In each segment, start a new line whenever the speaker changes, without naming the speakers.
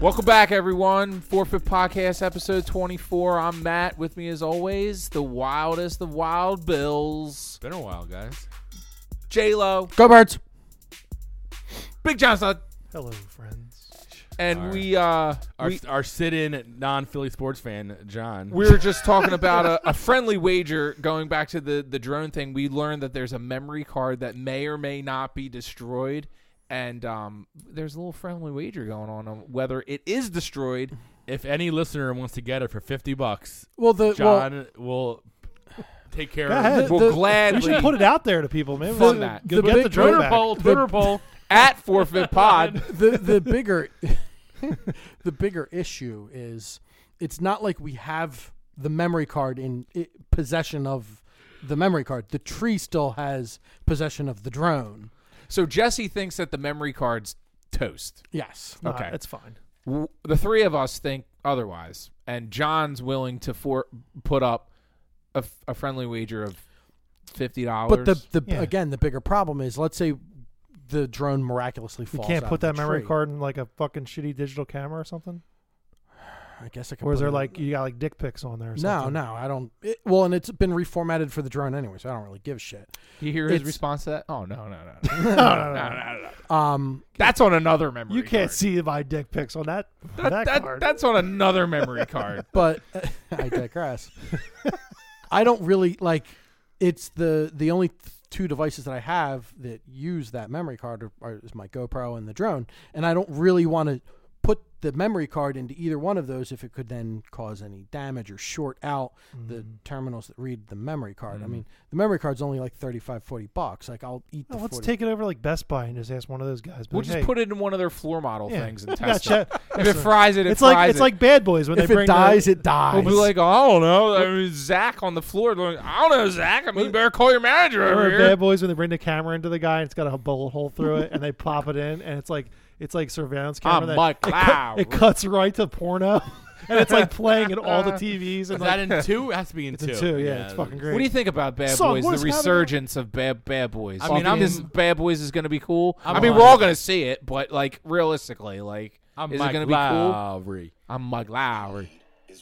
Welcome back, everyone. Four Fifth Podcast, episode 24. I'm Matt. With me, as always, the wildest of wild Bills,
Been a while, guys.
J Lo,
Go birds.
Big Johnson,
Hello, friends.
and
All right.
we uh
Our,
we,
our sit-in non-Philly sports fan John.
we were just talking about a, a friendly wager going back to the the drone thing. We learned that there's a memory card that may or may not be destroyed, and um there's a little friendly wager going on on whether it is destroyed.
if any listener wants to get it for fifty bucks,
Well, the well,
John will take care
Go
of
ahead.
it.
We'll
the-
We
gladly
should put it out there to people, man.
Fund
We-
that.
Go
The
get
big
the drone
Twitter
back.
poll, Twitter poll.
at Four Fifth Pod.
the the bigger the bigger issue is it's not like we have the memory card in i possession of the memory card. The tree still has possession of the drone.
So Jesse thinks that the memory card's toast.
Yes.
Nah,
Okay.
that's fine.
W- The three of us think otherwise, and John's willing to for, put up a, f- a friendly wager of fifty dollars.
But the, the
Yeah.
again the bigger problem is let's say the drone miraculously
You
falls.
can't
out
put
of
that
the
memory
tree.
card in like a fucking shitty digital camera or something.
I guess I could.
Or is
put
there
it-
like you got like dick pics on there? Or
No,
something?
no, I don't. It, well, and it's been reformatted for the drone anyway, so I don't really give a shit.
you hear his
it's-
response to that? Oh no, no, no, no,
no, no,
no,
no,
no, no.
Um,
That's on another memory.
You
card.
can't see my dick pics on that on that,
That-
card.
that's on another memory card.
but I digress. I don't really like. It's the the only th- two devices that I have that use that memory card are, are is my GoPro and the drone, and I don't really want to put the memory card into either one of those if it could then cause any damage or short out
Mm.
the terminals that read the memory card. I mean, the memory card's only like 35 40 bucks. Like I'll eat the
Oh, let's
40
take it over like Best Buy and just ask one of those guys. be
We'll
like,
just
"Hey,
put it in one of their floor model
yeah,
things
you
and
got
test it.
shit.
If it fries it, it
It's
fries
like it's
it.
like Bad Boys when
If
they bring
it dies,
the,
it dies.
We'll be like, I don't know. I mean, Zach on the floor. going, I don't know, Zach. I mean, you better call your manager over
Remember
here.
Bad Boys when they bring the camera into the guy and it's got a bullet hole through it and they pop it in and it's like it's like surveillance camera.
I'm
that-
Mike
it, cut-
Lauer.
it cuts right to porno and it's like playing in all the
Is
TVs and like,
that in two? It has to be in
it's
two.
a two. Yeah, it's fucking great.
What do you think about Bad
Son,
Boys?
what
The
is happening?
resurgence of Bad Bad Boys.
I
I mean,
mean, I'm-
this Bad Boys is going to be cool. i
I'm
mean,
on
we're all
it.
going to see it, but like realistically, like
I'm
is
Mike
it going to be cool?
Lowry.
I'm Mike Lowry.
Oh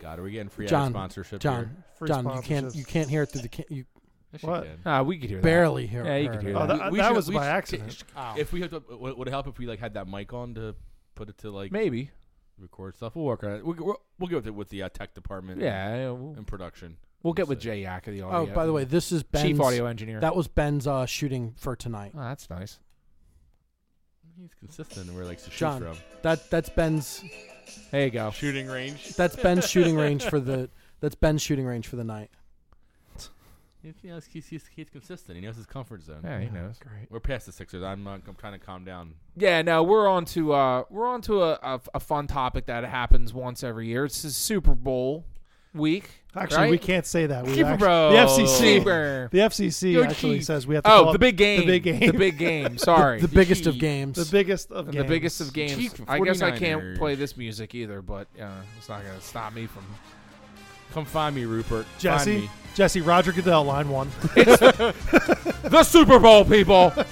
God, are we getting free ad
John,
sponsorship
John,
here?
Free
John, you can't
sponsorships.
you can't hear it through the ca- you
Yes, you
What?
can.
Ah, we could hear
barely hear.
that. Yeah, you
heard
could hear
it.
Oh,
that.
that-
We- we
was
we
by accident.
Oh.
If we hooked up, would would it help if we like had that mic on to put it to like
Maybe.
record stuff? We'll work on it. We'll, we'll, we'll get with it with the uh, tech department.
Yeah, yeah, we'll,
and production.
we'll get with Jay Yak of the
Oh,
audio.
by the way, this is Ben's
chief audio engineer.
That was Ben's uh, shooting for tonight.
oh, that's nice.
He's consistent and we're like to shoot
John.
from.
That that's Ben's
There you go.
Shooting range.
that's Ben's shooting range for the that's Ben's shooting range for the night.
He's, you know, he's, he's, he's consistent. He knows his comfort zone.
Yeah, he knows.
Great.
We're past the Sixers. I'm not, I'm trying to calm down.
Yeah, no, we're on to uh, we're on to a, a, a fun topic that happens once every year. It's the Super Bowl week.
Actually,
right?
we can't say that. We
Keep it,
actually,
bro.
the FCC.
Super.
The FCC
Yo,
actually
Keith.
says we have to
Oh,
call
the big
it
game.
The big game.
The big game. Sorry.
The biggest of games.
the biggest of
And
games.
the biggest of games.
Chief
I guess I can't
49ers.
play this music either, but uh, it's not going to stop me from.
Come find me, Rupert.
Jesse.
Find me.
Jesse Roger Goodell, line one.
The Super Bowl, people!
And,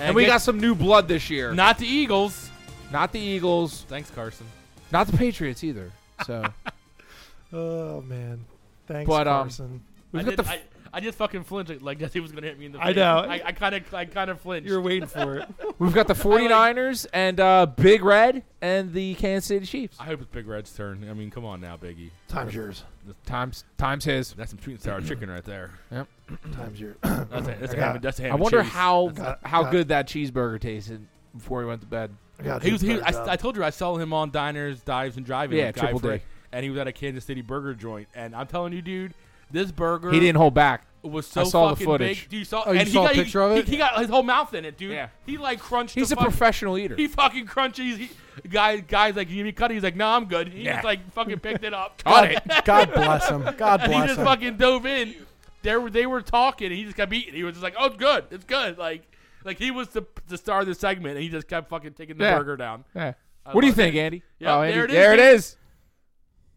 and we
get-
got some new blood this year.
not the Eagles.
Not the Eagles,
Thanks, Carson.
not the Patriots either. So
oh man, thanks,
But, um,
Carson.
We've
I,
got
did,
the f-
I, I just fucking flinched like Jesse was gonna hit me in the face.
I know.
I kind of I kind of flinched.
You're waiting for it.
we've got the 49ers and uh, Big Red and the Kansas City Chiefs.
I hope it's Big Red's turn. I mean, come on now, Biggie.
Time's yours.
Times times his.
That's some sweet and sour chicken right there.
Time's yours.
That's a, that's a
I got-
ham. That's a ham
I
and
wonder
cheese.
how
got-
how
got-
good that cheeseburger tasted before he went to bed.
I got
He was. He, I, I told you I saw him on diners, dives, and driving.
Yeah,
with Guy
Triple D.
Fieri, And he was at a Kansas City burger joint, and I'm telling you, dude, this burger
He didn't hold back.
was so
I saw the
fucking
footage.
big. Dude, you saw,
Oh, you
and
saw
he
a
got, he-
picture of
he-
it?
He, got his whole mouth in it, dude.
Yeah.
He like crunched.
He's
the
a
fucking,
professional eater.
He fucking crunches. He, guy, guys like, you need me to cut? it?" He's like, no, I'm good. He
Yeah.
just like fucking picked it up.
Cut it.
God bless him. God
And he
bless
just
him.
fucking dove in. There were they were talking, and he just kept eating. He was just like, "Oh, it's good, it's good." Like, like he was the, the star of the segment, and he just kept fucking taking the
Yeah.
burger down.
Yeah.
I
What do you
love
think,
it.
Andy?
Yeah,
oh, Andy,
there it is,
There it
dude.
is.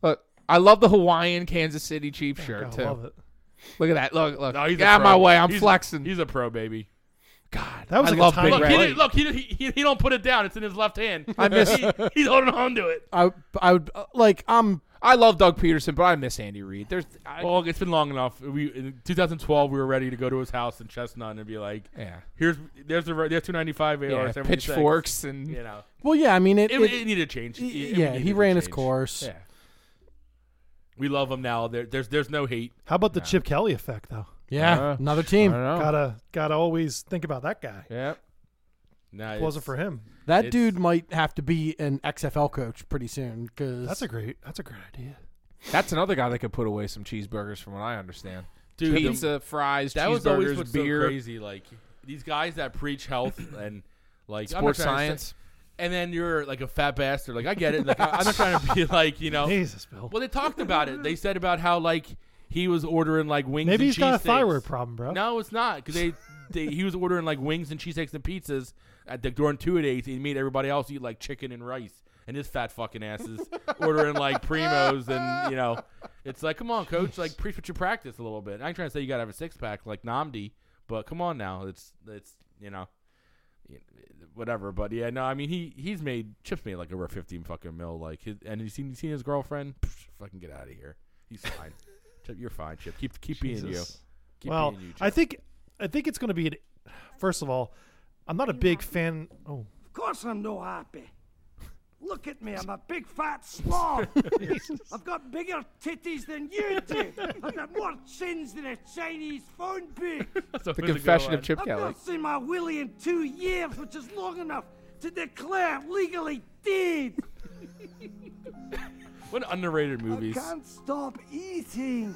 Look, I love the Hawaiian Kansas City Chiefs shirt
Oh, I
too.
love it.
Look at that. Look, look.
No, he's a
Get out of
pro.
my way. I'm
He's-
flexing.
He's a pro, baby.
God,
That was
I
like a
love
time-
Big
Look,
Right.
he,
Red.
didn't- look he, he, he don't put it down. It's in his left hand.
I miss-
He, he's holding on to it.
I I would uh, like I'm
I love Doug Peterson, but I miss Andy Reid. There's, I,
Well, look, it's been long enough. We in 2012, we were ready to go to his house in Chestnut and be like,
yeah,
"Here's there's the re- there's 295 AR
yeah
76.
pitchforks and
You know,
well yeah I mean it,
it,
it-
it, needed a change. It- it
yeah
needed
he
a
ran his
change.
course
Yeah, we love him now. There, there's there's no hate.
How about the
Yeah.
Chip Kelly effect, though?
yeah
Uh,
another
I
team
don't
Oh.
know.
Gotta gotta always think about that guy.
Yeah,
Nah,
If
it's-
it wasn't for him.
that
it's-
dude might have to be an XFL coach pretty soon because
That's a great. That's a great idea.
that's another guy that could put away some cheeseburgers, from what I understand.
dude. the-
Pizza, fries,
that was always
cheeseburgers,
what's
beer,
so crazy. Like these guys that preach health and like I'm not
sports
trying to say-
science.
and then you're like a fat bastard. Like I get it. Like, I, I'm not trying to be like you know.
Jesus, Bill.
Oh. Well, they talked about it. They said about how like he was ordering like wings. and
Maybe he's got a
cheesesteaks.
thyroid problem, bro.
No, it's not because they, they he was ordering like wings and cheesesteaks and pizzas at the during two days. He made everybody else eat like chicken and rice, and his fat fucking asses ordering like primos and you know, it's like come on, coach, like preach what you practice a little bit. I ain't trying to say you gotta have a six pack like Namdi, but come on now, it's it's you know. Whatever, but yeah, no, I mean he he's made Chip's made like over fifteen fucking mil, like his, and you seen you seen his girlfriend? Psh, fucking get out of here. He's fine. Chip, you're fine, Chip. Keep keep being you.
Jesus.
Keep
well,
being you, Chip.
I think I think it's going to be. An, first of all, I'm not a big fan. Oh,
Of course I'm no happy. Look at me, I'm a big fat slob. I've got bigger titties than you do. I've got more chins than a Chinese phone book.
So
The
who's it
confession
going?
of Chip
I've
Kelly.
not seen my Willie in two years, which is long enough to declare legally dead.
What underrated movies?
I can't stop eating.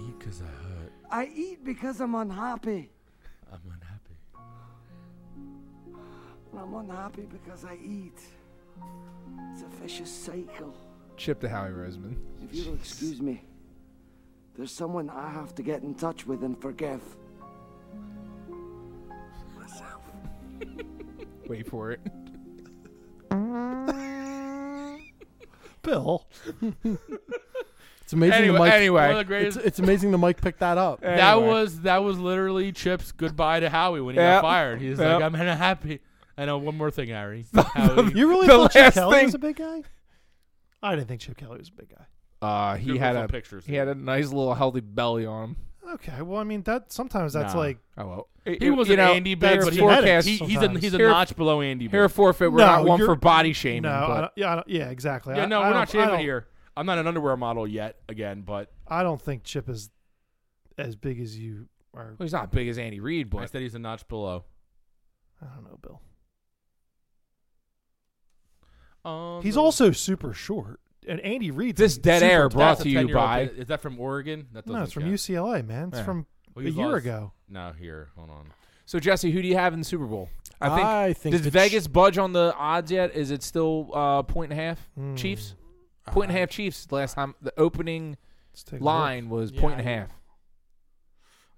eat because I hurt.
I eat because I'm unhappy.
I'm unhappy.
And I'm unhappy because I eat. It's a vicious cycle.
Chip to Howie Roseman.
If you'll excuse me, there's someone I have to get in touch with and forgive. Myself.
Wait for it.
Bill.
it's amazing
Anyway,
the mic
One of
anyway,
the
it's,
greatest.
it's amazing the mic picked that up
that
anyway.
was that was literally Chip's goodbye to Howie when he
Yep.
got fired. He's
Yep.
like, I'm unhappy. I know one more thing, Harry. Howie.
You really
The
thought Chip
last
Kelly was
thing-
a big guy? I didn't think Chip Kelly was a big guy.
Uh, he
Google
had
some
a
pictures.
he had a nice little healthy belly on him.
Okay, well, I mean that sometimes that's
Nah.
like
Oh well,
He wasn't Andy Big,
that's
but he,
forecast
he, he's a
sometimes.
he's a
Here-
notch below Andy
Here at
Big.
forfeit, we're
No,
not one
you're-
for body shaming.
no, I
but
don't, yeah, I don't, yeah, exactly.
Yeah,
I-
no,
I
we're
don't-
not
I
shaming
don't-
here. I'm not an underwear model yet again, but
I don't think Chip is as big as you are.
well, he's not big as Andy Reid,
I
but
said he's a notch below.
I don't know, Bill.
Um,
He's also super short, and Andy Reid's
this
a
dead
super
air
tall-
brought
that's a
to you
10-year-old
by.
kid. Is that from Oregon? That
No,
doesn't
it's from
count.
UCLA, man. It's
Yeah.
from
Well,
a
he's
year
lost-
ago.
No, here, hold on.
So Jesse, who do you have in the Super Bowl? I think.
I think
does
the
Vegas budge on the odds yet? Is it still uh, point and a half
Hmm.
Chiefs? Point and a half Chiefs. Last time the opening
Let's take a look.
line was
Yeah,
point and a
I-
half.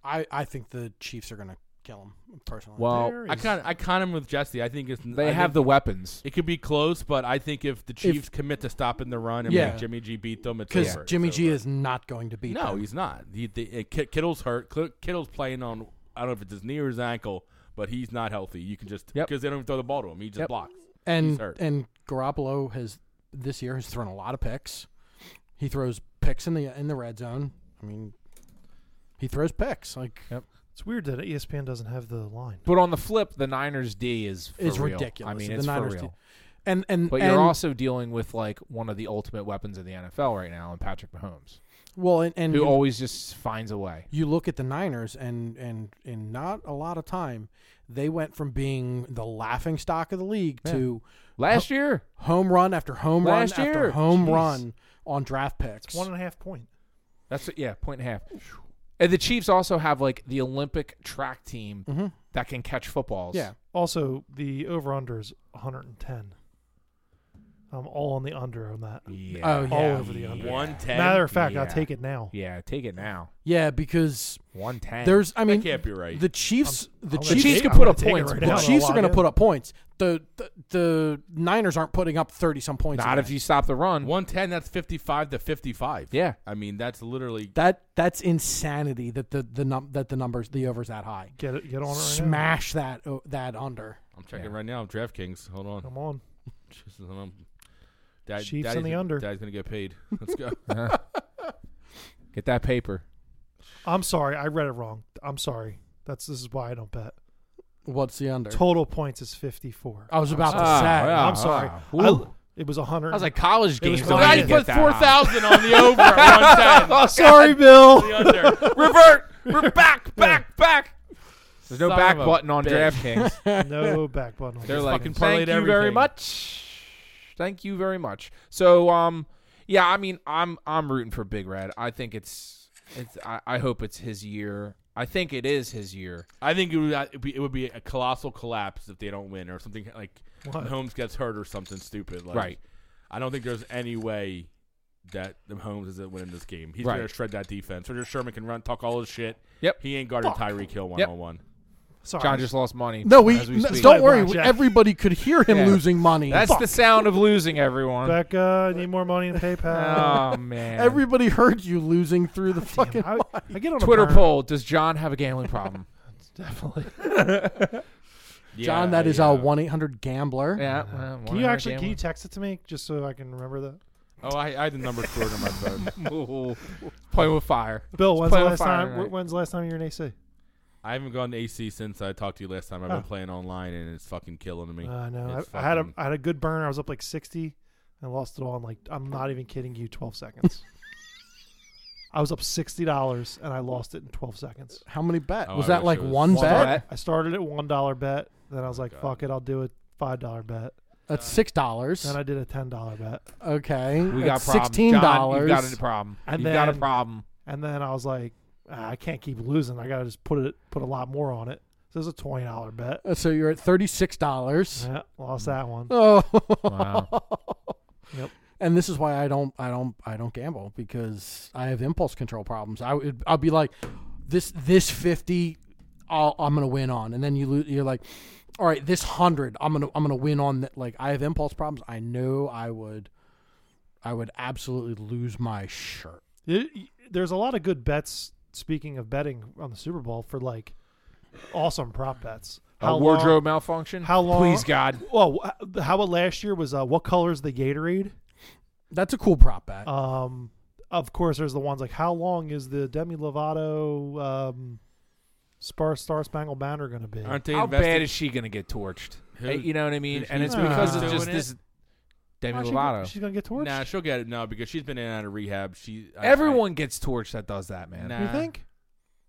I, I think the Chiefs are gonna kill him personally
Well,
There
I
is-
kind of I kind of with Jesse. I think it's
they
I
have
think
the weapons.
It could be close, but I think if the Chiefs commit to stopping the run and
Yeah.
make Jimmy G beat them, it's
because
over. It's
Jimmy G
over.
is not going to beat
no,
them.
he's not. He, the, uh, Kit- Kittle's hurt. Cl- Kittle's playing on I don't know if it's his knee or his ankle, but he's not healthy. You can just because
Yep.
they don't even throw the ball to him. He just
Yep.
blocks.
and
he's hurt.
and Garoppolo has this year has thrown a lot of picks. He throws picks in the in the red zone. I mean, he throws picks like
It's weird that E ESPN doesn't have the line.
But on the flip, the Niners D is for
It's
real.
ridiculous.
I mean,
The
it's
Niners
for real.
D. and and
But
and,
you're also dealing with like one of the ultimate weapons of the NFL right now, in Patrick Mahomes,
well and, and
who
you-
always just finds a way.
you look at the Niners and and in not a lot of time they went from being the laughing stock of the league
Yeah.
to
Last year,
home run after home
Last
run
year.
after home
Jeez.
run on draft picks.
It's one and a half point.
that's yeah, point and a half. And the Chiefs also have like the Olympic track team
Mhm.
that can catch footballs.
Yeah.
Also, the over under is 110. I'm all on the under on that.
yeah.
Oh, yeah.
All over the under.
One ten.
Matter of fact, I'll
Yeah.
take it now.
Yeah, take it now.
Yeah, because
One ten.
there's I mean
that can't be right.
the Chiefs the
I'm
the
gonna
Chiefs
Chiefs
take-
could
I'm
put
gonna
up
take it
points,
right
but
now.
the Chiefs are going to
Log in.
put up points. the, the the Niners aren't putting up thirty some points.
Not
in
if
that.
you stop the run.
One ten. That's fifty five to fifty five.
Yeah.
I mean that's literally.
that that's insanity that the the num- that the numbers the overs that high.
Get it. Get on it. Right now.
Smash that o- that under.
I'm checking right now. DraftKings. Hold on.
Come on.
Just, um, Dad,
Chiefs
Daddy's
in the
gonna-
under.
Dad's gonna get paid. Let's go.
Get that paper.
I'm sorry. I read it wrong. I'm sorry. That's this is why I don't bet.
What's the under?
Total points is 54.
I was about to
Ah,
say.
yeah.
I'm sorry.
Ah,
I, it was 100.
I was like, college
was
games.
fine.
don't even
I
get
put
that
four
high.
thousand on the over at one ten.
sorry, Bill.
The under.
Revert. We're back, back, back. There's no
Son
back
of a
button on
bitch.
DraftKings.
no back button.
They're
Just
like,
fucking
thank
parlayed
you very
everything."
much. Thank you very much. So, um, yeah, I mean, I'm I'm rooting for Big Red. I think it's it's. I, I hope it's his year. I think it is his year.
I think it would, uh, it'd be, it would be a colossal collapse if they don't win or something like
What?
Holmes gets hurt or something stupid. Like,
Right.
I don't think there's any way that Holmes isn't winning this game. He's
Right.
gonna shred that defense. Or Sherman can run, talk all his shit.
Yep.
He ain't guarding Tyreek Hill one
Yep.
on one.
sorry.
John just lost money.
No, we,
as
n-
speak.
don't worry.
Blackjack.
Everybody could hear him
Yeah.
losing money.
That's
Fuck.
the sound of losing, everyone.
Becca, I need more money in PayPal.
oh man.
Everybody heard you losing through the fucking.
I, I get on
Oh. Twitter
a burn.
poll: Does John have a gambling problem?
Definitely.
John, that is a one eight hundred gambler.
yeah. well,
Can
one
you
other
actually can you
gambling-
text it to me just so I can remember that?
Oh, I, I had the number stored on my phone.
Ooh, playing with fire.
Bill, when's the
play with
last
fire,
time?
right?
When's the last time you were in AC?
I haven't gone to AC since I talked to you last time. I've
Oh.
been playing online and it's fucking killing
Uh,
me.
I know.
It's
Uh, I, I had a
fucking-
I had a good burn. I was up like sixty. and lost it all in like I'm not even kidding you. Twelve seconds. I was up sixty dollars and I lost it in twelve seconds.
How many bet?
Oh,
was
I
that
wish
like
it was
one
One
bet?
bet.
I started at one dollar bet. Then I was like,
God.
fuck it, I'll do a five dollar bet.
That's six dollars.
Then I did a ten dollar bet.
Okay.
We got
That's
problems.
sixteen
John,
dollars.
You've got a problem.
And
you've got a
then-
problem.
And then I was like, ah, I can't keep losing. I gotta just put it put a lot more on it. So it was a twenty dollar bet.
Uh, So you're at thirty six dollars.
Yeah, lost
Hmm.
that one.
Oh.
Wow.
Yep.
And this is why I don't, I don't, I don't gamble because I have impulse control problems. I would, I'll be like, this, this fifty, I'll, I'm gonna win on, and then you lose. You're like, all right, this hundred, I'm gonna, I'm gonna win on. That. Like I have impulse problems. I know I would, I would absolutely lose my shirt.
It- there's a lot of good bets. Speaking of betting on the Super Bowl for like awesome prop bets.
A
long-
wardrobe malfunction.
how long-
Please God.
Well, wh- how about last year was uh, what color is the Gatorade?
That's a cool prop bet.
Uh,
Um, of course, there's the ones like how long is the Demi Lovato um, Star Star Spangled Banner going to be?
Aren't they
How bad
invested-
is she going to get torched?
Who-
Uh, you know what I mean?
who's-
And it's
who's
because
doing
it's just
it?
this Demi
Oh, she-
Lovato.
she's going to get torched.
Nah, she'll get it now because she's been in and out of rehab. She I- I-
Everyone gets torched that does that, man.
Nah.
you think?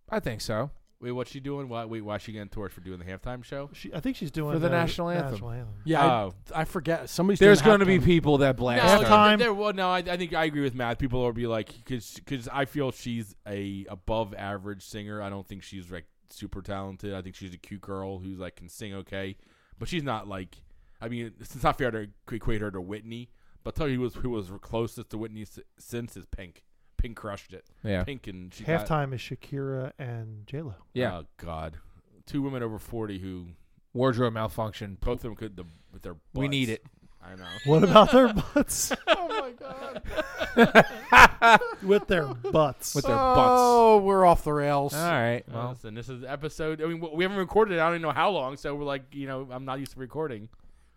I think so.
Wait, what's she doing? Why? Wait, why is she getting torched for doing the halftime show?
She, I think she's doing
For the
uh,
national anthem.
anthem.
yeah,
Oh.
I, I forget. Somebody's
uh, There's
going to
be people that blast.
No,
her.
Halftime.
there- there- well, no, I, I think I agree with Matt. People will be like, because I feel she's a above average singer. I don't think she's like super talented. I think she's a cute girl who's like can sing okay, but she's not like. I mean, it's not fair to equate her to Whitney. But tell you who was who was closest to Whitney s- since is Pink. Pink crushed it.
Yeah.
Pink and she got-
Halftime is Shakira and J Lo.
Yeah.
Oh God, two women over forty who
Wardrobe malfunction.
both of them could the, with their. Butts.
We need it.
I know.
What about their butts? oh my god! With their butts.
With their butts.
Oh, we're off the rails.
All right.
Well,
Well,
Uh, listen, this is episode. I mean, we haven't recorded. it. I don't even know how long. So we're like, you know, I'm not used to recording.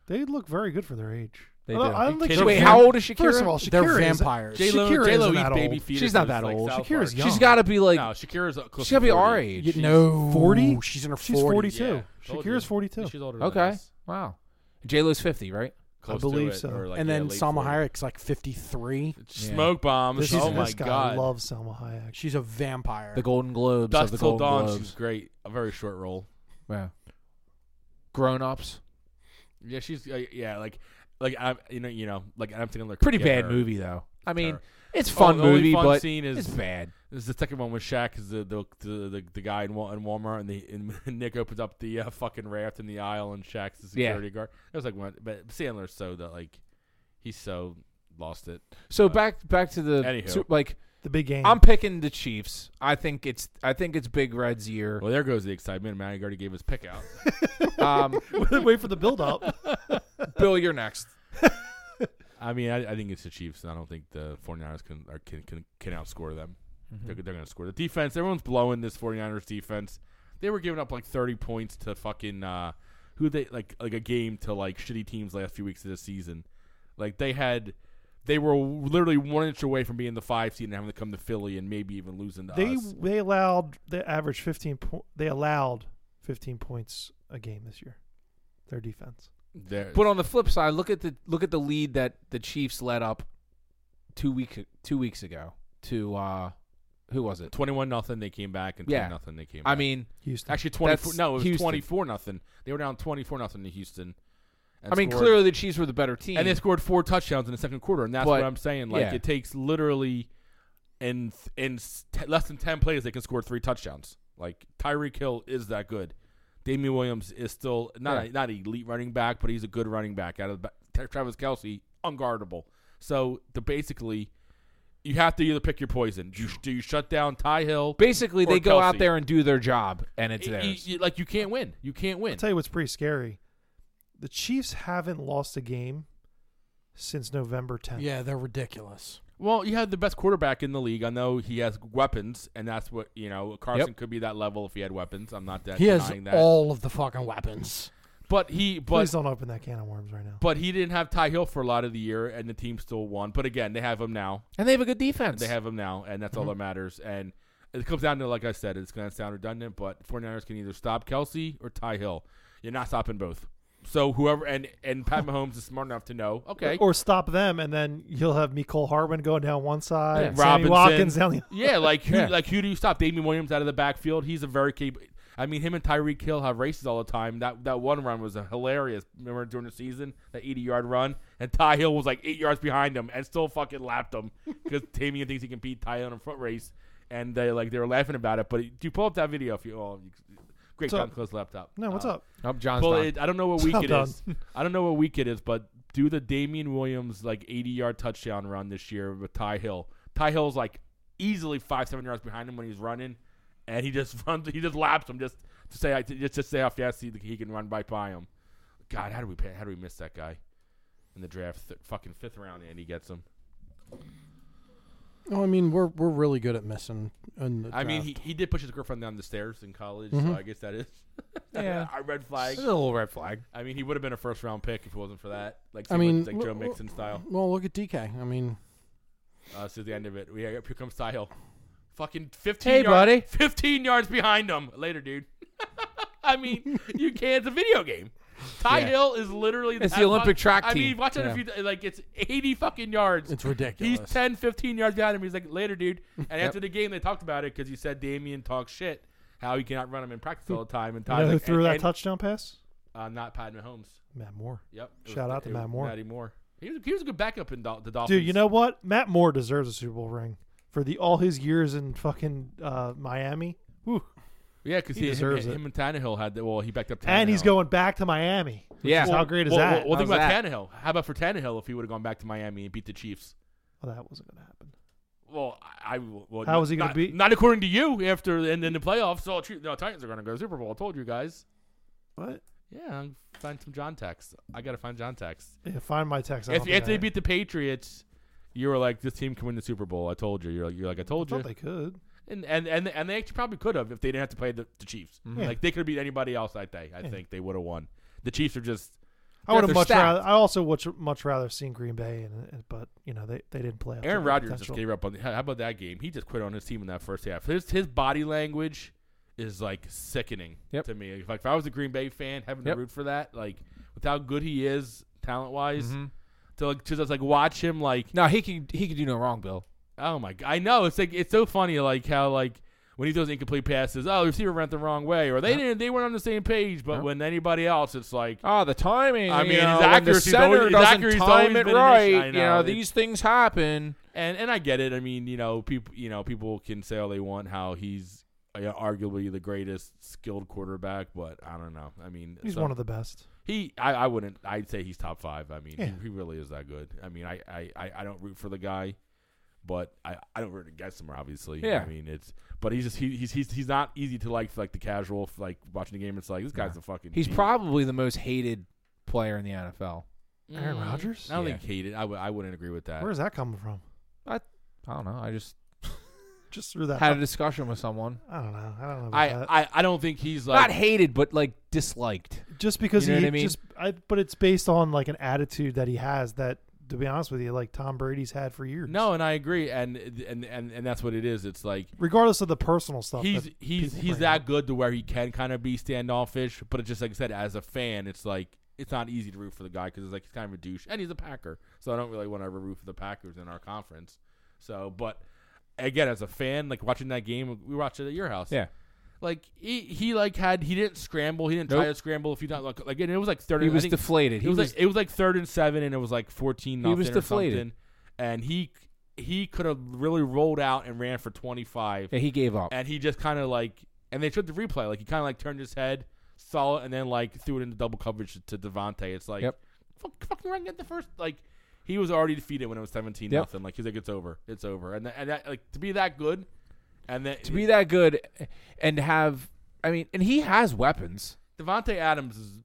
they look very good for their age.
They
I don't,
do.
I don't think
Kidding
so
Shakira-
wait, how old is Shakira?
First of all, Shakira
They're
is-
vampires.
J Lo,
Shakira
J Lo
isn't
eats
that
baby
old.
feet.
She's not that old.
Shakira's young.
she's got to be like.
No, Shakira's. uh, close
she's got to be our
40.
age.
You know,
40?
She's in her
She's
40s.
42.
Yeah, told you.
Shakira's 42.
She's older.
Okay.
Than us.
Wow. J Lo's fifty, right?
Close
believe
to it,
so.
or like,
and
yeah,
then
late
Salma
40.
Hayek's like 53.
Smoke bombs.
This,
oh
this
my
guy
god.
loves Selma Hayek.
She's a vampire.
The Golden Globes of
Dust
the
till
Golden
dawn. She's
Globes.
great. A very short role.
Yeah. Grown ups.
Yeah, she's uh, yeah like like I you know you know like I'm thinking like
Pretty
yeah,
bad
her.
movie though. I mean,
her.
it's
Oh,
fun
the only
movie,
fun
but
scene is
it's bad.
This is the second one with Shaq is the the, the, the, the guy in, Wa- in Walmart and, the, and Nick opens up the uh, fucking raft in the aisle and Shaq's the
Yeah.
security guard. It was like one, but Sandler's so that like he's so lost it.
So
Uh,
back back to the
anywho.
so, like
the big game.
I'm picking the Chiefs. I think it's I think it's Big Red's year.
Well, there goes the excitement. Matty already gave his pick out.
Um,
Wait for the build up.
Bill, you're next.
I mean, I, I think it's the Chiefs. and I don't think the 49ers can are, can, can can outscore them.
Mm-hmm.
They're, they're going to score the defense. Everyone's blowing this 49ers defense. They were giving up like 30 points to fucking uh, who they like like a game to like shitty teams last few weeks of the season. Like they had they were literally one inch away from being the five seed and having to come to Philly and maybe even losing to
They
us.
they allowed they averaged 15 po- they allowed 15 points a game this year. Their defense.
They're-
But on the flip side, look at the look at the lead that the Chiefs led up two week two weeks ago to uh, who was it?
21 nothing they came back and 10
Yeah.
nothing they came back.
I mean,
Houston.
actually 24
that's
no, it was
Houston.
24 nothing. They were down 24 nothing to Houston. and
I mean,
scored-
clearly the Chiefs were the better team.
And they scored four touchdowns in the second quarter, and that's
But-
what I'm saying. Like
yeah.
it takes literally in in s- te- less than ten plays they can score three touchdowns. Like Tyreek Hill is that good. Damian Williams is still not
Yeah.
a, not an elite running back, but he's a good running back. Out of the ba- Travis Kelsey, unguardable. So the basically, you have to either pick your poison. You, sh- do you shut down Ty Hill?
basically
or
they go out
Kelsey.
there and do their job, and it's
Y- y-
theirs.
y- like you can't win. You can't win.
I'll tell you what's pretty scary. The Chiefs haven't lost a game since November 10th.
Yeah, they're ridiculous.
Well, you have the best quarterback in the league. I know he has weapons, and that's what you know. Carson
Yep.
could be that level if he had weapons. I'm not that
He has
denying that.
all of the fucking weapons.
but he,
Please
but
don't open that can of worms right now.
but he didn't have Ty Hill for a lot of the year, and the team still won. But again, they have him now.
and they have a good defense.
They have him now, and
Mm-hmm.
that's all that matters. And it comes down to, like I said, it's going to sound redundant, but 49ers can either stop Kelsey or Ty Hill. You're not stopping both. So whoever and and Pat Mahomes is smart enough to know. Okay,
Or stop them, and then you'll have Nicole Harwin going down one side,
Yeah.
and
Robinson.
Sammy Watkins down the
Yeah, like who,
Yeah.
like who do you stop? Damian Williams out of the backfield. He's a very capable. I mean, him and Tyreek Hill have races all the time. That that one run was a hilarious. Remember during the season that eighty yard run, and Ty Hill was like eight yards behind him and still fucking lapped him because Damian thinks he can beat Ty Hill in a foot race, and they like they were laughing about it. But do pull up that video if you all. you great
What's
time
up?
close laptop.
No, what's
Uh,
up?
Oh, John's
Pull
done.
it, I don't know what week
I'm
it
done.
is. I don't know what week it is, but do the Damian Williams like 80 yard touchdown run this year with Ty Hill. Ty Hill's like easily five seven yards behind him when he's running, and he just runs. He just laps him just to say just to say how fast he, he can run by by him. God, how do we pay, how do we miss that guy in the draft? Th- fucking fifth round, and he gets him.
Oh, I mean, we're we're really good at missing. In the
I mean, he,
draft.
he did push his girlfriend down the stairs in college, so I guess that is
Yeah.
a red flag.
It's a little red flag.
I mean, he would have been a first round pick if it wasn't for that. Like,
I
same with,
mean,
like Joe
w- w-
Mixon style.
well, look at DK. I mean,
Uh, this is the end of it. We here comes Ty Hill. Fucking fifteen.
Hey,
yard-
buddy.
Fifteen yards behind him. Later, dude. I mean, you can't. It's a video game. Ty
Yeah.
Hill is literally.
It's
that
the Olympic
fuck-
track
I mean,
team.
watch it if you like. It's eighty fucking yards.
it's ridiculous.
He's 10, 15 yards behind him. He's like, later, dude. And
Yep.
after the game, they talked about it because you said Damien talks shit, how he cannot run him in practice all the time. And
You
Ty's
know who
like,
threw
and-
that
and-
touchdown pass?
Uh, not Pat Mahomes.
Matt Moore.
Yep. It
Shout out to
it
Matt
was
Moore.
Matty Moore. He was, he was a good backup in Dol- the Dolphins.
Dude, you know what? Matt Moore deserves a Super Bowl ring for the all his years in fucking uh, Miami,
Yeah, because
He
he, him,
deserves it.
him and Tannehill had that. Well, he backed up. Tannehill.
and he's going back to Miami.
Yeah.
How great is
well,
that?
Well, well, think
How's
about Tannehill. How about for Tannehill if he would have gone back to Miami and beat the Chiefs?
Oh, that wasn't going to happen.
Well, I I- well,
How was he gonna
not-
beat-
Not according to you. After and then the playoffs, all true. No, Titans are going to go to Super Bowl. I told you guys.
What?
Yeah, I'll find some John text. I got to find John text.
Yeah, find my text. I don't
If,
think
if they
I-
beat the Patriots, you were like, this team can win the Super Bowl. I told you. You're like, you're like I
I
told you.
thought they could.
And and and and they actually probably could have if they didn't have to play the, the Chiefs.
Yeah.
Like they could have beat anybody else that day. I
Mm-hmm. Yeah.
think they would have won. The Chiefs are just
I would have
they're
much
stacked.
rather. I also would much rather seen Green Bay, and, and- but you know they, they didn't play. up to
Aaron
their
Rodgers just
potential.
gave up on. How about that game? He just quit on his team in that first half. His his body language is like sickening
Yep.
to me. If, like, if I was a Green Bay fan, having
Yep.
to root for that, like with how good he is talent wise,
Mhm.
to like to just like watch him like
No, he could he could do no wrong, Bill.
oh my god, I know it's like it's so funny like how like. When he throws incomplete passes, oh, the receiver went the wrong way, or they
Yep.
didn't, they weren't on the same page. But
Yep.
when anybody else, it's like,
Oh, the timing.
I
you
mean, his
know, when the
accuracy's
center
always- his
doesn't
accuracy's always
time it
been an
right.
issue. I
You
know,
know,
it-
these things happen.
and and I get it. I mean, you know, people, you know, people can say all they want how he's uh, arguably the greatest skilled quarterback, but I don't know. I mean,
He's
some-
one of the best.
he. I, I wouldn't. I'd say he's top five. I mean,
Yeah.
he, he really is that good. I mean, I, I, I, I don't root for the guy, But I, I don't really guess him obviously.
Yeah.
I mean it's but he's just he, he's he's he's not easy to like like the casual like watching the game. It's like this guy's a fucking.
He's
genius.
probably the most hated player in the NFL.
Mm,
Aaron Rodgers?
I don't
Yeah.
think hated. I w- I wouldn't agree with that.
Where's that coming from?
I don't know. I just
Just through that.
had a discussion with someone.
I don't know. I don't know. About
I,
that.
I I don't think he's
Not
like
hated, but like disliked.
just because
You know
he
what I mean?
just I, but it's based on like an attitude that he has that to be honest with you like Tom Brady's had for years.
no, and I agree, and and and and that's what it is. It's like
regardless of the personal stuff.
he's
that
he's
people
he's
bring
that
up.
good to where he can kind of be standoffish, but it's just like I said, as a fan, it's like it's not easy to root for the guy because it's like he's kind of a douche, and he's a Packer, so I don't really want to ever root for the Packers in our conference. So, but again, as a fan, like watching that game, we watched it at your house.
Yeah.
like he, he like had he didn't scramble, he didn't try to
Nope.
scramble a few times. Like, like and it was like thirty.
He
I
was
think-
deflated. He
it was,
was,
like it was like third and seven, and it was like fourteen
He
nothing
was
or
deflated.
something. And he he could have really rolled out and ran for twenty five,
yeah, he gave up.
and he just kind of like and they showed the replay. Like he kind of like turned his head, saw it, and then like threw it into double coverage to Devontae. It's like
Yep.
fuck, fucking run get the first like. He was already defeated when it was seventeen
Yep.
nothing. Like he's like it's over, it's over, and that, and that like to be that good, and then
to be that good and have I mean, and he has weapons.
Devonte Adams is,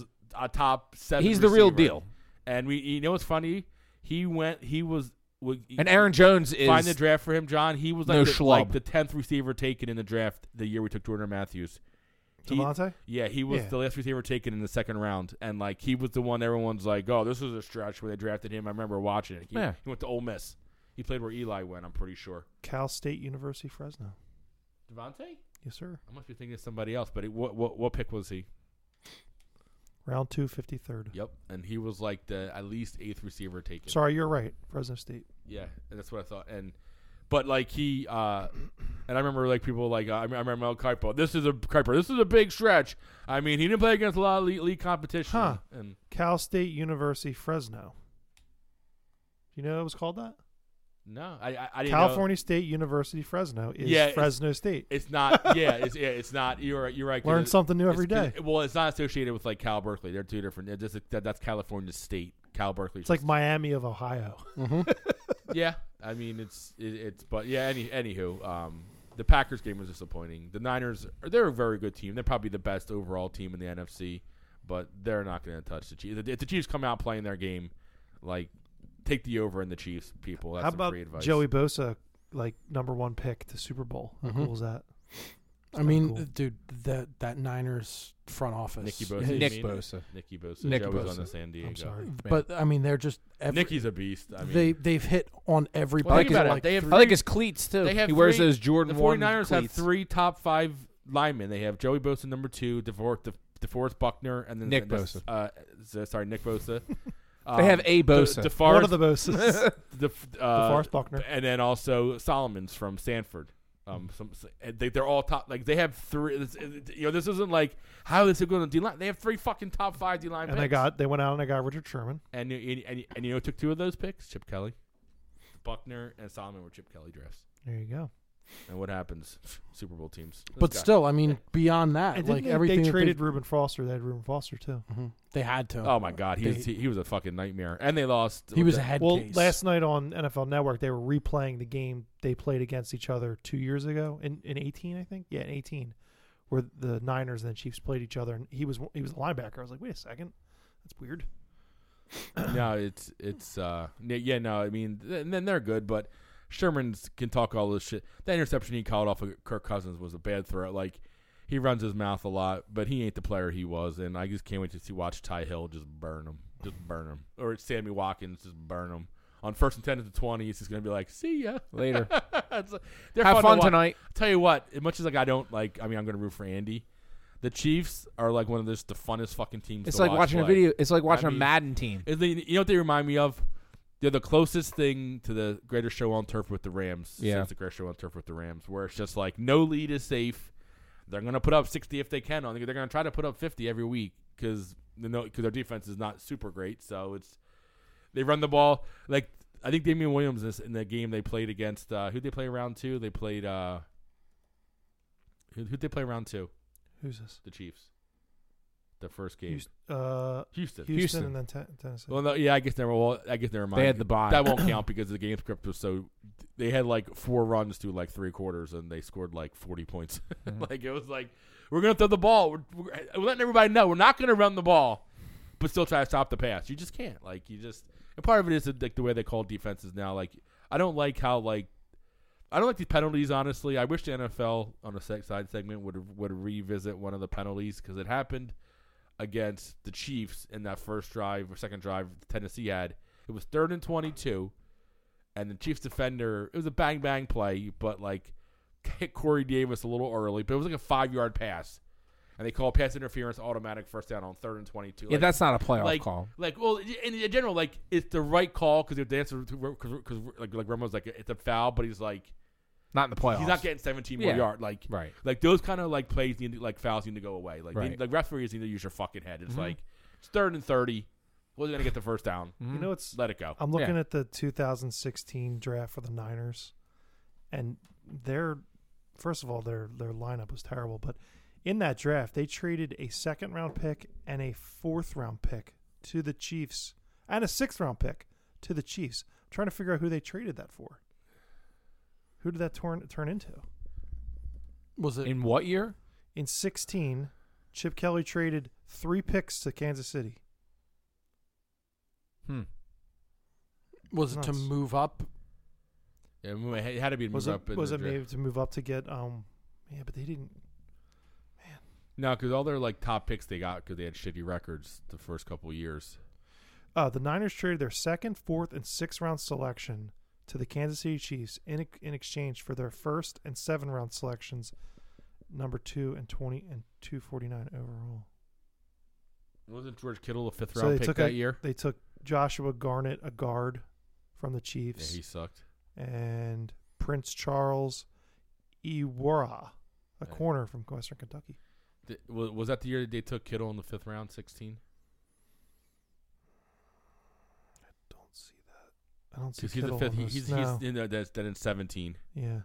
is a top seven.
He's the real
receiver.
deal.
And we, you know, what's funny? He went. He was. was
And Aaron Jones is
find the draft for him, John. He was like
no
the,
schlub.
like the tenth receiver taken in the draft the year we took Jordan Matthews. He-
Devontae?
yeah, he was
Yeah.
the last receiver taken in the second round, and like he was the one everyone's like, "Oh, this was a stretch where they drafted him." I remember watching it. He,
Yeah.
he went to Ole Miss. He played where Eli went. I'm pretty sure.
Cal State University Fresno.
Devontae? I
Yes, sir.
must be thinking of somebody else. But it, what what what pick was he?
Round two, 53rd.
Yep, and he was like the at least eighth receiver taken.
Sorry, you're right. Fresno State.
Yeah, and that's what I thought. And but like he uh and I remember like people like uh, I remember I remember Mel Kiper. This is a Kiper. This is a big stretch. I mean, he didn't play against a lot of league, league competition.
Huh.
And
Cal State University Fresno. You know it was called that?
no, I I, I didn't know.
California State University Fresno is
Yeah, it's-
Fresno State.
It's not. Yeah, it's yeah, it's not. You're right- you're right. 'cause
Learn
it-
something new
it's
every day.
'cause- Well, it's not associated with like Cal Berkeley. They're two different. It's just, that, that's California State. Cal Berkeley.
It's like Miami of Ohio.
yeah. I mean, it's it, it's but yeah. Any anywho, um, the Packers game was disappointing. The Niners, they're a very good team. They're probably the best overall team in the NFC, but they're not going to touch the Chiefs. If the Chiefs come out playing their game, like take the over in the Chiefs, people. That's
How
some
about
free advice.
Joey Bosa, like number one pick to Super Bowl? How cool is that?
I mean,
cool.
dude, that that Niners front office.
Nicky Bosa, you
Nick
mean?
Bosa.
Nicky Bosa,
Nick
Joey's
Bosa.
on the San Diego.
I'm sorry.
But I mean, they're just every,
Nicky's a beast. I mean,
they they've hit on every
Well,
think about
bucket,
it.
like,
They have
three-
I like his cleats too.
They have
he wears
three-
those
the
Jordan
49ers
one
have
cleats.
three top five linemen. They have Joey Bosa, number two, DeVor, De, DeForest Buckner, and then
Nick
and this-
Bosa.
Uh, so- sorry, Nick Bosa. Uh,
They have
um,
a Bosa.
DeForest,
One of the Bosas.
Def- uh,
DeForest Buckner.
and then also Solomon's from Stanford. Um, some, and they, they're all top. Like they have three. this- uh, You know, this isn't like how is it going to D line? They have three fucking top five D line.
and they got they went out and they got Richard Sherman.
and you- and, and, and you know, who took two of those picks. Chip Kelly, Buckner, and Solomon were Chip Kelly drafts.
There you go.
And what happens? Super Bowl teams. This
but
guy.
still, I mean, beyond that,
And didn't
like
they,
everything
they
that
traded Reuben Foster. They had Reuben Foster too.
They, Mhm. They had to.
Oh my God, he was,
They-
he, he was a fucking nightmare, and they lost.
he was a head
Well,
case.
last night on NFL Network, they were replaying the game they played against each other two years ago in, in 18, I think. Yeah, in 18, where the Niners and the Chiefs played each other, and he was he was a linebacker. I was like, wait a second, that's weird.
no, it's it's uh n- yeah no, I mean th- and then they're good, but Sherman's can talk all this shit. That interception he called off of Kirk Cousins was a bad throw. Like he runs his mouth a lot, but he ain't the player he was, and I just can't wait to see watch Ty Hill just burn him, just burn him, or it's Sammy Watkins just burn him. On first and ten at the twenty, it's just gonna be like, "See ya."
Later.
It's like- they're
have fun
to watch.
tonight.
tell you what, as much as like I don't like, I mean, I'm gonna root for Andy. The Chiefs are like one of this the funnest fucking teams.
It's
to
like
watch
watching a
play.
video. It's like watching
mean-
a Madden team.
Is they- you know what they remind me of? They're the closest thing to the greater show on turf with the Rams
Yeah.
since the greater show on turf with the Rams, where it's just like no lead is safe. They're gonna put up 60 if they can. I think they're gonna try to put up 50 every week because because their defense is not super great. So it's they run the ball like I think Damian Williams is in the game they played against uh, who they play round two. They played uh, who who they play round two
Who's this?
the Chiefs. the first game.
Houston, uh,
Houston.
Houston,
Houston.
and then ten- Tennessee.
Well, no, yeah, I guess never. Well, I guess never mind.
They had the bye.
That won't count because the game script was so. They had like four runs to like three quarters, and they scored like forty points.
Mm-hmm.
like it was like we're gonna throw the ball. We're, we're, we're letting everybody know we're not gonna run the ball, but still try to stop the pass. You just can't. Like you just. And part of it is like the way they call defenses now. Like I don't like how like. I don't like these penalties, honestly. I wish the NFL on a sec- side segment would would revisit one of the penalties because it happened against the Chiefs in that first drive or second drive Tennessee had. It was third and 22, and the Chiefs defender, it was a bang bang play, but like hit Corey Davis a little early, but it was like a five yard pass. And they call pass interference automatic first down on third and 22.
yeah,
Like,
that's not a playoff
like,
call.
Like, well, in, in general, like it's the right call because they're dancing because like like Romo's like it's a foul, but he's like
Not in the playoffs.
he's not getting 17 more
Yeah.
yard. Like
right.
like those kind of like plays need to, like fouls need to go away. Like
Right.
they, like referees need to use your fucking head.
Mm-hmm.
It's like it's third and thirty. Wasn't gonna get the first down.
Mm.
you know, it's
Let it go.
I'm looking at the 2016 draft for the Niners, and their first of all their their lineup was terrible. But in that draft, they traded a second round pick and a fourth round pick to the Chiefs, and a sixth round pick to the Chiefs. I'm trying to figure out who they traded that for. Who did that turn turn into?
Was it
In what year?
In 16, Chip Kelly traded three picks to Kansas City.
Hmm.
was it to
Nice.
move up?
It had to be
Was
moved up.
it
in
was
the
it
draft.
maybe to move up to get um? Yeah, but they didn't.
No, because all their like top picks they got because they had shitty records the first couple years.
Uh, the Niners traded their second, fourth, and sixth round selection to the Kansas City Chiefs in ex- in exchange for their first and seven round selections, number two and twenty and two forty nine overall.
Wasn't George Kittle a fifth
So
round
they
pick
took
that
a-
year?
They took Joshua Garnett, a guard from the
Yeah,
Chiefs,
he sucked.
and Prince Charles Iwara, a
Yeah.
corner from Western Kentucky.
Th- wa- was that the year that they took Kittle in the fifth round, sixteen?
Don't see that. I don't see
Because he's the
Kittle
fifth.
on
He,
this.
he's
No.
he's in the, that's, then in seventeen.
yeah.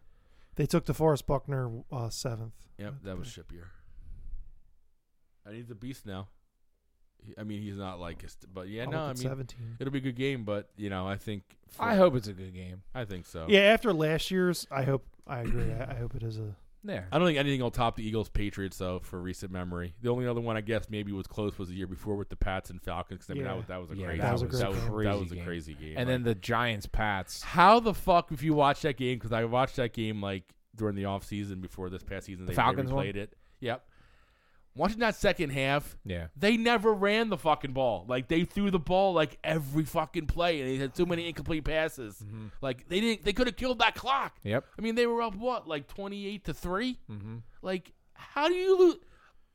They took DeForest Buckner uh, seventh.
Yep, that was ship year. And he's a beast now. He- I mean, he's not like, a st- but yeah,
I'll
no,
look
I
at
mean,
seventeen.
It'll be a good game, but you know, I think for-
I hope it's a good game.
I think so.
Yeah, after last year's, I hope I agree. I, I hope it is a
There.
I don't think anything will top the Eagles Patriots though for recent memory. The only other one I guess maybe was close was the year before with the Pats and Falcons. 'cause I mean,
Yeah.
that was that was a
Yeah,
crazy,
that was a
that
great
was, that
game.
was
Crazy
a
game.
crazy game.
and then the Giants Pats.
how the fuck if you watch that game because I watched that game like during the off season before this past season they, they
Falcons one?
replayed it. Yep. Watching that second half,
Yeah.
They never ran the fucking ball. Like they threw the ball like every fucking play, and they had so many incomplete passes. Like they didn't. They could have killed that clock.
Mm-hmm. Yep.
I mean, they were up what, like twenty eight to 3
Mm-hmm.
Like how do you lose?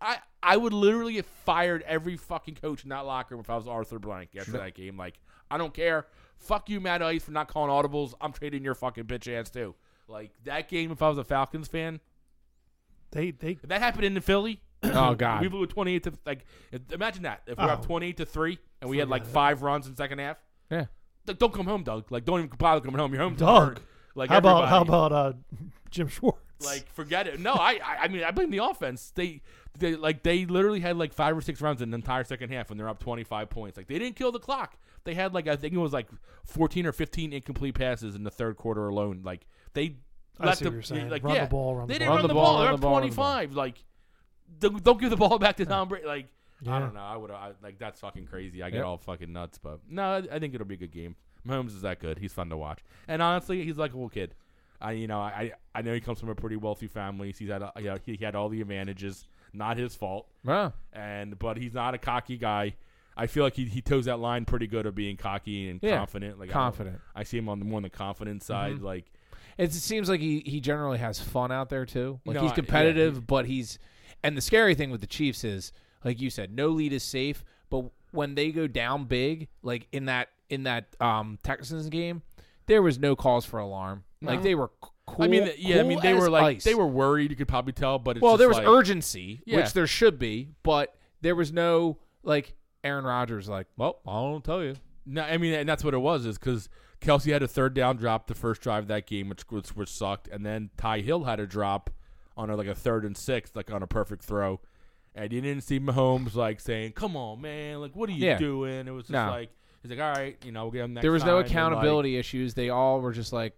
I I would literally get fired every fucking coach in that locker room if I was Arthur Blank after that game. Like I don't care. Fuck you, Matt Ice, for not calling audibles. I'm trading your fucking bitch ass too. Like that game, if I was a Falcons fan,
they they
if that happened in Philly,
Oh
we
God.
blew a twenty-eight to like. if- Imagine that if we were up
Oh.
twenty-eight to three and we had like
Forget it.
five runs in the second half.
Yeah.
Like, don't come home, Doug. Like, don't even bother coming home. You're home,
Doug.
Doug. Like,
how about how
everybody.
about uh, Jim Schwartz?
Like, forget it. No, I, I, I mean, I blame the offense. They, they, like, they literally had like five or six runs in the entire second half when they're up twenty-five points. Like, they didn't kill the clock. They had like I think it was like fourteen or fifteen incomplete passes in the third quarter alone. Like, they
I
let
see
the
what you're saying.
like
run
yeah,
the ball, run
they
the
didn't
ball.
run, the ball. They're
run
up
the ball, run the ball.
25. Like, don't, don't give the ball back to Tom Brady. Like, I
Yeah.
don't know. I would I, like that's fucking crazy. I get
Yep.
all fucking nuts, but no, I, I think it'll be a good game. Mahomes is that good. He's fun to watch, and honestly, he's like a little kid. I you know I I know he comes from a pretty wealthy family. He's had a- you know, he, he had all the advantages. Not his fault,
Wow.
and but he's not a cocky guy. I feel like he, he toes that line pretty good of being cocky and
Yeah.
confident. Like I don't-
Confident.
I, see him on the more on the confident side. Like
It seems like he, he generally has fun out there too. Like
No, I-
he's
yeah,
competitive, but he's and the scary thing with the Chiefs is, like you said, no lead is safe. But when they go down big, like in that in that um, Texans game, there was no cause for alarm. Like they were c- cool.
I mean, yeah, I
cool
mean they
as
were like
ice.
they were worried. You could probably tell, but it's
Well,
just
there was
like,
urgency,
Yeah.
which there should be, but there was no like Aaron Rodgers like, well, I don't tell you.
No, I mean, and that's what it was, is because Kelsey had a third down drop the first drive of that game, which which, which sucked, and then Ty Hill had a drop on a, like a third and six, like on a perfect throw, and you didn't see Mahomes like saying, "Come on, man! Like, what are you
Yeah.
doing?" It was just
No.
like he's like, "All right, you know, we'll get him next."
There was no
time," and, like,
accountability issues. They all were just like,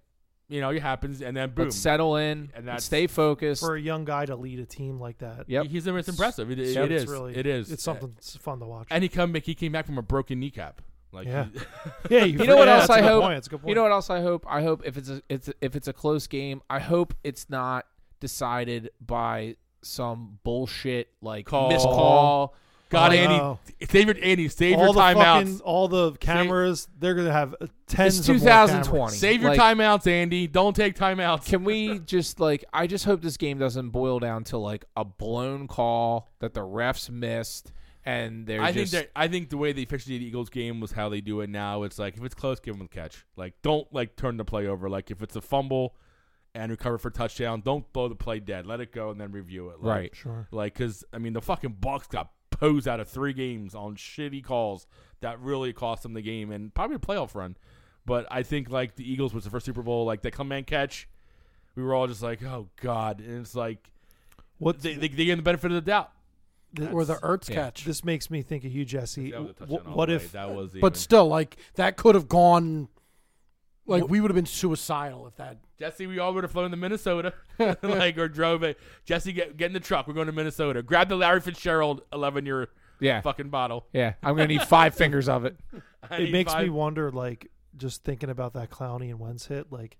you know, it happens, and then boom,
let's settle in,
And
and
that's-
stay focused.
for a young guy to lead a team like that.
Yep.
he's it's impressive. It, it-
So
it
it's
is.
really-
it is.
It's something it's fun to watch.
And he come he came back from a broken kneecap. Like,
Yeah.
he-
yeah,
You know what
yeah,
else
that's a
I
good
hope-
Point. That's a good point.
You know what else I hope? I hope if it's a, it's if it's a close game, I hope it's not decided by some bullshit like
Call.
missed call.
God,
Oh,
Andy,
no.
save your Andy, save
all
your
the
timeouts.
fucking, all the cameras, they're gonna have uh, tens.
It's
of more cameras.
2020.
Save your
Like-
timeouts, Andy. Don't take timeouts.
Can we just like? I just hope this game doesn't boil down to like a blown call that the refs missed, and they're
I
just
think that I think the way they officiated the Eagles game was how they do it now. It's like if it's close, give them the catch. Like don't like turn the play over. Like if it's a fumble and recover for touchdown, don't blow the play dead. Let it go and then review it. Like,
right.
Sure.
Like because I mean the fucking Bucks got posed out of three games on shitty calls that really cost them the game and probably a playoff run. But I think like the Eagles was the first Super Bowl like that come man catch. We were all just like, oh god, and it's like
What
they they, they gave them the benefit of the doubt.
or the Ertz
yeah.
catch.
this makes me think of you, Jesse.
That was a touchdown
What,
all
what
the way.
if?
that was even.
But still, like that could have gone. Like we would have been suicidal if that.
Jesse, we all would have flown to Minnesota, like or drove it. Jesse, get get in the truck. We're going to Minnesota. Grab the Larry Fitzgerald eleven year
Yeah,
fucking bottle.
yeah. I'm gonna need five fingers of it.
I
It
need
makes me
five-
wonder, like just thinking about that Clowney and Wentz hit. Like,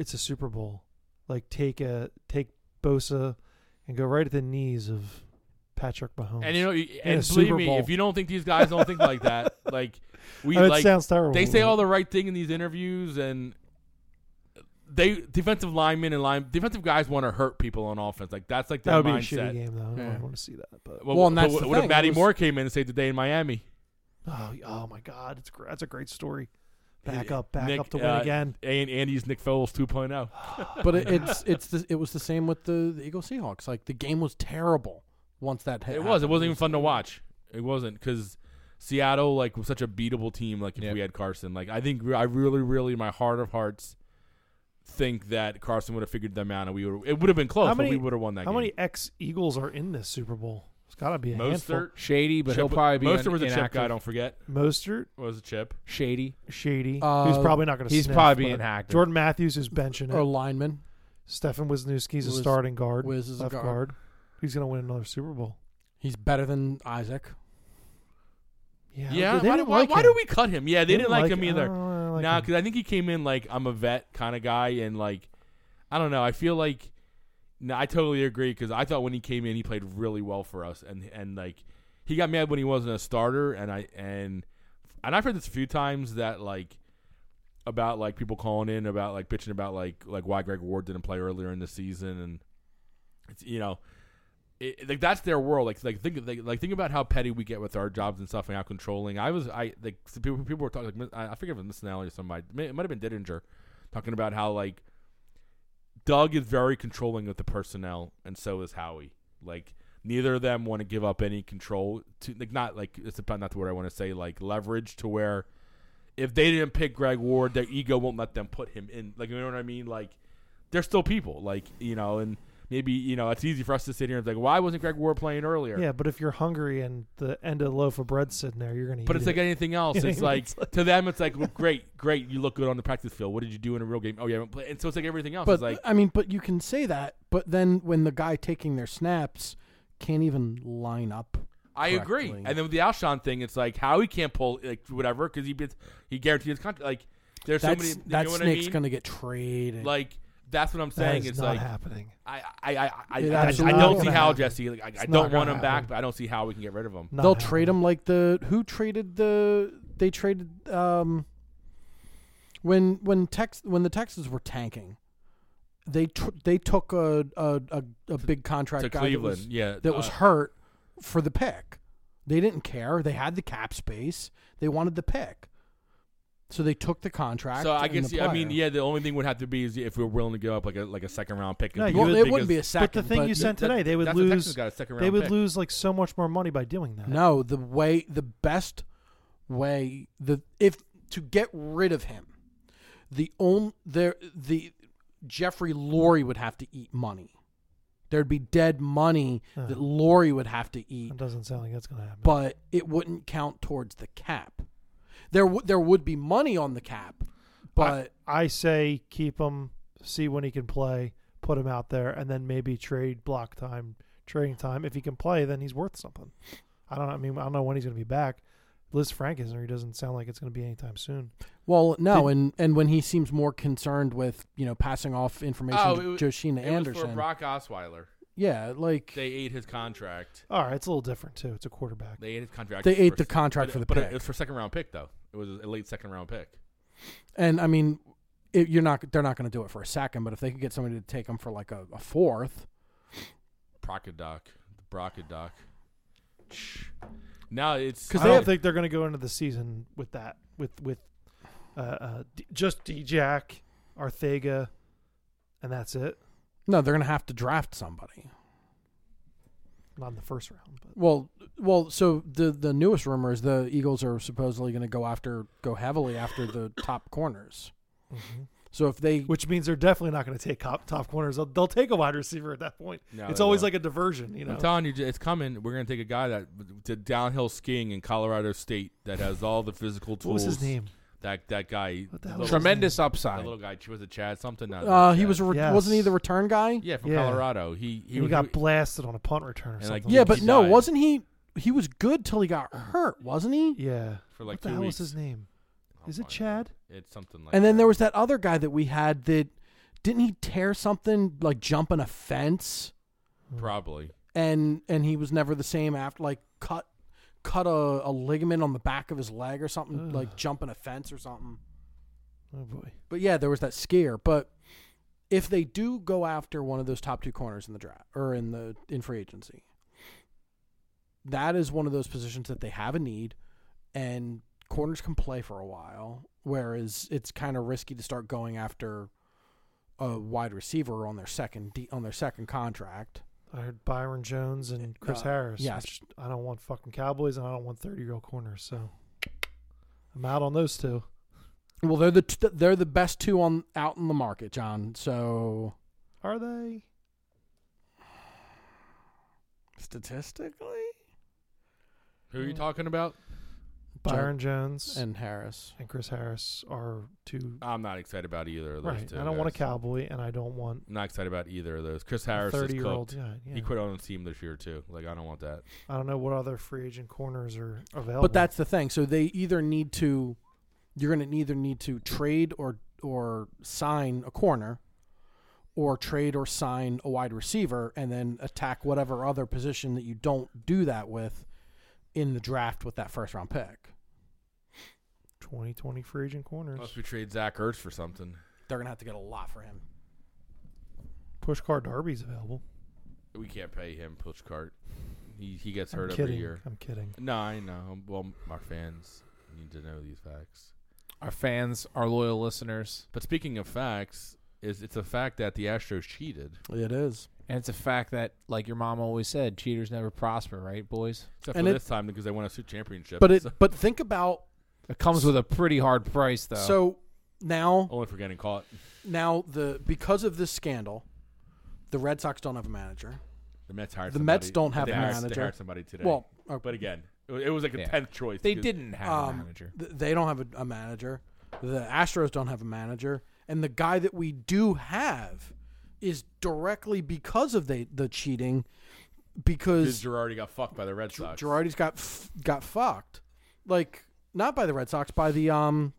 it's a Super Bowl. Like, take a take Bosa and go right at the knees of Patrick Mahomes.
And you know, you-
a
and believe
Super
me,
Bowl.
if you don't think these guys don't think like that, like we
I know it
like
sounds terrible.
they say
but-
all the right thing in these interviews, and they defensive linemen and line defensive guys want to hurt people on offense. Like that's like their
that would be a
mindset.
shitty game though. I don't
Yeah.
want to see that. But
Well,
Well, and
but
that's
what,
the
what if
thing.
Maddie
It was-
Moore came in and saved the day in Miami?
oh, oh my God, it's gr- that's a great story. Back
Uh,
up, back
Nick,
up to win
uh,
again.
And Andy's Nick Foles oh. 2.0.
But it, it's it's the, it was the same with the, the Eagle Seahawks. Like the game was terrible once that hit.
It was. It wasn't even fun to watch. It wasn't because Seattle like was such a beatable team. Like if
Yeah.
we had Carson, like I think re- I really, really, in my heart of hearts, think that Carson would have figured them out, and we would. It would have been close,
How
but we
many-
would have won that
How
game.
many ex Eagles are in this Super Bowl? It's got to be a
Mostert,
Shady, but he'll
Chip-
probably be
Mostert
in-
was a chip
inactive.
guy. Don't forget,
handful. Mostert,
was a chip.
Shady.
Shady,
Uh,
who's probably not going to.
He's
sniff,
probably
but
being hacked. Oh,
Jordan Matthews is benching
Or
it.
lineman.
Stefan Wisniewski's a
Wiz-
starting guard,
Wiz is a
left guard.
guard.
He's going to win another Super Bowl.
He's better than Isaac.
Yeah,
Yeah,
they
why,
didn't
why,
like
why
him.
do we cut him? Yeah, they,
They
didn't, like him either.
I don't really like
Nah,
him.
because I think he came in like I'm a vet kind of guy, and like I don't know. I feel like no, I totally agree because I thought when he came in, he played really well for us, and and like he got mad when he wasn't a starter, and I and and I've heard this a few times that like about like people calling in about like bitching about like like why Greg Ward didn't play earlier in the season, and it's you know. It, like that's their world. Like, like think of- like, like think about how petty we get with our jobs and stuff, and how controlling. I was, I like so people, people were talking. Like, I I forget if it was Miss Nally or somebody. It may- It might have been Didinger talking about how like Doug is very controlling with the personnel, and so is Howie. Like neither of them want to give up any control to like not like it's about not the word I want to say like leverage to where if they didn't pick Greg Ward, their ego won't let them put him in. Like you know what I mean? Like they're still people. Like you know, and maybe you know it's easy for us to sit here and be like, why wasn't Greg Ward playing earlier?
Yeah, but if you're hungry and the end of the loaf of bread's sitting there, you're going to.
But it's like anything else. It's
It's
like to them, it's like well, great, great. You look good on the practice field. What did you do in a real game? Oh, you haven't played. And so it's like everything else.
But
it's like
I mean, but you can say that. But then when the guy taking their snaps can't even line up.
I agree.
correctly.
And then with the Alshon thing, it's like how he can't pull like whatever because he gets, he guaranteed his contract. Like there's
That's,
so many. You
that
know what I
snake's
mean?
gonna get traded.
Like that's what I'm
that
saying.
is
It's
not
like
happening.
I I I I,
It
I, I
absolutely
don't
won't
see how
happen.
Jesse. Like, I, I
It's
don't
not
want
gonna
him back,
happen.
but I don't see how we can get rid of him.
Not
They'll
happening.
trade him like the who traded the they traded um when when Tex when the Texans were tanking. They tr- they took a a, a, a big contract
To
guy
Cleveland,
that was,
yeah,
that was
uh,
hurt for the pick. They didn't care. They had the cap space. They wanted the pick, so they took the contract.
So I
and
guess
the
yeah, I mean
player.
yeah. The only thing would have to be is if we're willing to give up like a like a second round pick.
No,
and
you
Well,
because-
would-
it wouldn't be a
because
second.
but the thing
but
you
that-
said today, they would
that's The Texans
lose.
got a second round
They would
pick.
lose like so much more money by doing that.
No, the way the best way the if to get rid of him, the only there the Jeffrey Lurie would have to eat money There'd be dead money that Lori would have to eat,
That doesn't sound like that's going to happen.
but it wouldn't count towards the cap. There would there would be money on the cap, but
I say keep him, see when he can play, put him out there, and then maybe trade block time, trading time. If he can play, then he's worth something. I don't. I mean, I don't know when he's going to be back. Liz Frank isn't. Or he doesn't sound like it's going to be anytime soon.
well, no, and and when he seems more concerned with you know passing off information
Oh,
to
it was-
Joshina
It was for
Anderson,
Brock Osweiler.
yeah, like
They ate his contract.
All right, it's a little different too. It's a quarterback.
They ate his contract.
They ate
for-
the contract
but-
for the
but
pick.
it was for second round pick though. It was a late second round pick.
And I mean, it, you're not they're not going to do it for a second, but if they could get somebody to take them for like a, a fourth,
Procodoc, the Brocodoc. Now it's
'Cause
I
they
don't
have-
think they're going to go into the season with that. With with uh, uh, D- just D-Jack, Arthega, and that's it.
no, they're going to have to draft somebody.
Not in the first round, but
Well, well, so the the newest rumor is the Eagles are supposedly going to go after go heavily after the top corners. So if they
which means they're definitely not going to take top, top corners. They'll, they'll take a wide receiver at that point.
No,
it's
they
always
won't.
like a diversion, you know.
I'm telling you, j- it's coming. We're gonna take a guy that did downhill skiing in Colorado State that has all the physical
what
tools.
was his name?
That that guy.
What
the
the
little,
hell was his name?
Tremendous
that
upside.
little guy. She was a Chad something. not
uh,
Chad.
he was a re-
Yes.
wasn't he the return guy?
yeah from
Yeah.
Colorado. He he,
He,
was-
got blasted on a punt return or
And, like,
something.
Yeah, but
He
no,
died.
wasn't he? He was good till he got hurt, wasn't he?
yeah.
for like
what the
two
hell
weeks.
was his name?
I'll
Is it
find
Chad?
It's something like.
And then
that.
there was that other guy that we had that didn't he tear something like jumping a fence?
probably.
and and he was never the same after like cut cut a, a ligament on the back of his leg or something
Ugh.
like jumping a fence or something
Oh boy.
but yeah there was that scare but if they do go after one of those top two corners in the draft or in the in free agency that is one of those positions that they have a need and corners can play for a while whereas it's kind of risky to start going after a wide receiver on their second de- on their second contract
I heard Byron Jones and Chris
Uh,
Harris.
yes.
which I don't want fucking Cowboys and I don't want 30 year old corners. So I'm out on those two.
Well, they're the t- they're the best two on out in the market, John. So
Are they?
statistically,
Who are you talking about?
Byron Jones and,
and Harris.
Chris Harris are two.
I'm not excited about either of those
Right.
two.
I don't want a
guys.
cowboy and I don't want
I'm not excited about either of those. Chris
a
Harris is
30 year old.
cooked.
Yeah,
He
yeah.
quit on the team this year too. Like I don't want that.
I don't know what other free agent corners are available.
But that's the thing. So they either need to, you're going to either need to trade or or sign a corner, or trade or sign a wide receiver, and then attack whatever other position that you don't do that with in the draft with that first round pick.
2020 free agent corners.
Unless we trade Zach Ertz for something.
They're going to have to get a lot for him.
Push car Darby's available.
We can't pay him push cart. He he gets
I'm
hurt
kidding.
every year.
I'm kidding.
No, I know. Well, our fans need to know these facts.
Our fans, our loyal listeners,
But speaking of facts, is it's a fact that the Astros cheated.
It is.
and it's a fact that, like your mom always said, cheaters never prosper, right, boys?
Except
And
for
it-
this time because they won a su- championship.
But it.
So-
But think about
It comes with a pretty hard price, though.
so now
only for getting caught.
Now the because of this scandal, the Red Sox don't have a manager.
The Mets hired
The
somebody.
Mets don't have
they
a
hired- They
manager.
hired somebody today.
Well, uh,
but again, it wa- it was like a
Yeah.
tenth choice.
they
because-
didn't have a
um,
manager.
th- they don't have a, a manager. The Astros don't have a manager, and the guy that we do have is directly because of the the cheating,
because
because
Girardi got fucked by the Red Sox.
Girardi's got f- got fucked, like not by the Red Sox, by the um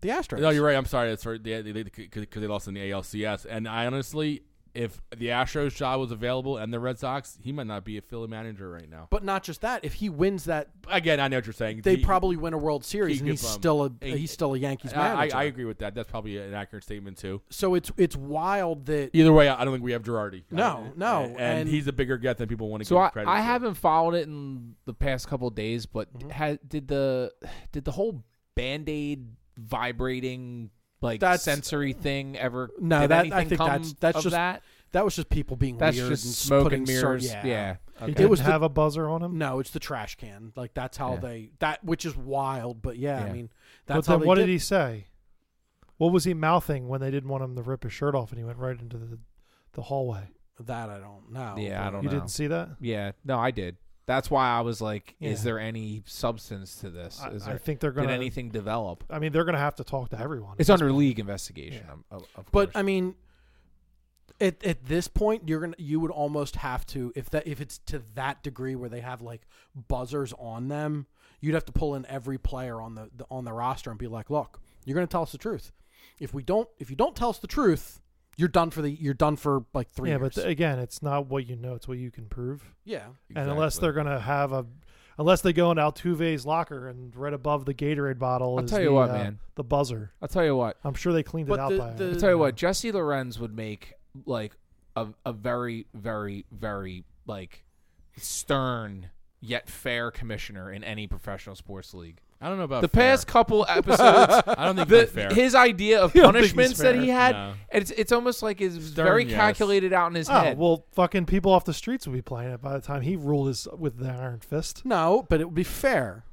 the Astros.
No, you're right. I'm sorry. That's right. Because they, they, 'cause- 'cause they lost in the ALCS. And I honestly, if the Astros job was available and the Red Sox, he might not be a Philly manager right now.
But not just that. If he wins that,
Again, I know what you're saying.
they
He-
probably win a World Series, and
could
he's
bum-
still a
he-
he's still a Yankees
I, I,
manager.
I agree with that. That's probably an accurate statement too.
so it's it's wild that
Either way, I I don't think we have Girardi. I-
No, no,
and,
and-
he's a bigger get than people want to
So
give
I,
him credit.
I
for.
haven't followed it in the past couple of days, but
Mm-hmm.
ha- did the did the whole band aid vibrating like
That's-
sensory thing ever?
No,
did
that- I
anything
think
come
that's- that's
of
just
that.
That was just people being
That's
weird
just
and
smoke
putting
and mirrors.
cer-
yeah.
He
Okay.
didn't
was the-
have a buzzer on him.
No, it's the trash can. Like that's how
Yeah.
they that which is wild, but yeah, I
Yeah.
mean
But
that's how
then
they
what
did.
did. he say? What was he mouthing when they didn't want him to rip his shirt off and he went right into the, the hallway?
That I don't know.
yeah, I don't
You
know.
didn't see that?
Yeah, no, I did. That's why I was like, is
Yeah.
there any substance to this?
I,
Is
I
there,
think they're
did
gonna.
anything develop?
I mean, they're gonna have to talk to everyone.
It's under league investigation,
Yeah.
um, of, of
But
course.
I mean, at at this point, you're gonna you would almost have to if that if it's to that degree where they have like buzzers on them, you'd have to pull in every player on the, the on the roster and be like, look, you're gonna tell us the truth. If we don't, if you don't tell us the truth, you're done for the you're done for like three
yeah,
years.
but th- again, it's not what you know; it's what you can prove.
yeah,
And unless
Exactly.
they're gonna have a, unless they go in Altuve's locker and right above the Gatorade bottle
I'll
is
tell you
the,
what,
uh,
man.
the buzzer.
I'll tell you what.
I'm sure they cleaned
But
it out
the-
by.
the-
I'll tell you what. Jesse Lorenz would make like a a very very very like stern yet fair commissioner in any professional sports league.
I don't know about
The
fair.
past couple episodes,
I don't think
the,
that's fair.
his idea of
You don't think he's
punishments that he
fair?
had,
No.
it's it's almost like it's
Stern,
very
yes.
calculated out in his
Oh
head.
well, fucking people off the streets will be playing it by the time he ruled his with the iron fist.
no, but it would be fair.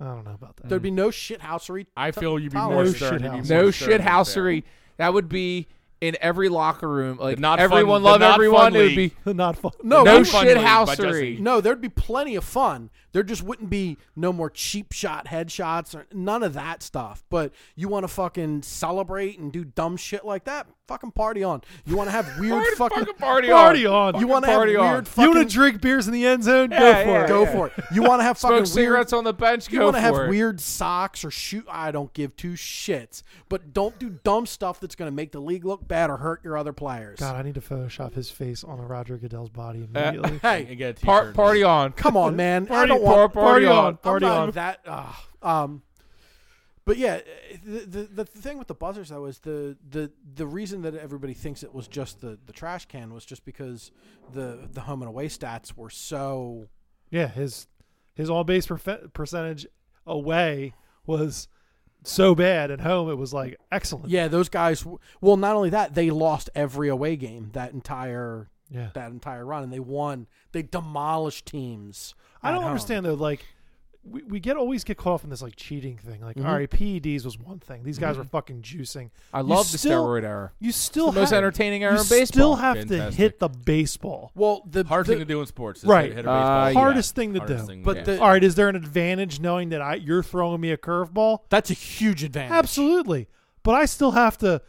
I don't know about that.
There'd
Hmm.
be no shithousery.
I feel you'd be
No
more
shit
stern. You'd be
house.
more
no
stern than
shit
fair.
housery. That would be in every locker room. Like
not fun-
everyone
the
love
not fun
everyone. It would be
league.
Not fun.
No,
no
we-
fun
shit
league by
housery.
Jesse.
No, there'd be plenty of fun. There just wouldn't be no more cheap shot headshots or none of that stuff. But you want to fucking celebrate and do dumb shit like that? Fucking party on. You want to have weird
Party-
fucking,
fucking party
Party
on.
on.
You want to have
party
weird
on.
you
fucking
want to drink beers in the end zone?
Yeah,
go for
yeah,
it. Oh,
go
yeah.
for it. You want to have
smoke
fucking weird
cigarettes on the bench.
you
go
want
for
to have
it.
weird socks or shoot? I don't give two shits. But don't do dumb stuff that's going to make the league look bad or hurt your other players.
God, I need to Photoshop his face on a Roger Goodell's body immediately.
And get a t-shirt.
Par- party on.
Come on, man. I
Party-
don't want
par- party on,
I'm
party
not
on.
That. ugh. um, but yeah, the, the the thing with the buzzers though is the the the reason that everybody thinks it was just the the trash can was just because the the home and away stats were so
yeah, his his on base perfe- percentage away was so bad. At home, it was like excellent.
yeah those guys w- well not only that they lost every away game that entire
yeah.
that entire run and they won they demolished teams
I
at
don't
home.
understand though. Like we, we get always get caught up in this like cheating thing. Like
Mhm.
all right, PEDs was one thing. These guys were fucking juicing.
I
You
love the
still-
steroid era.
You still
Most
have,
entertaining
you
era in baseball.
still have to
Fantastic.
hit the baseball.
well the
Hard
the-
thing to do in sports. Is
Right.
Hit a
Uh,
baseball.
yeah.
Hardest thing to do.
But the-
All right, is there an advantage knowing that I you're throwing me a curveball?
that's a huge advantage
Absolutely. But I still have to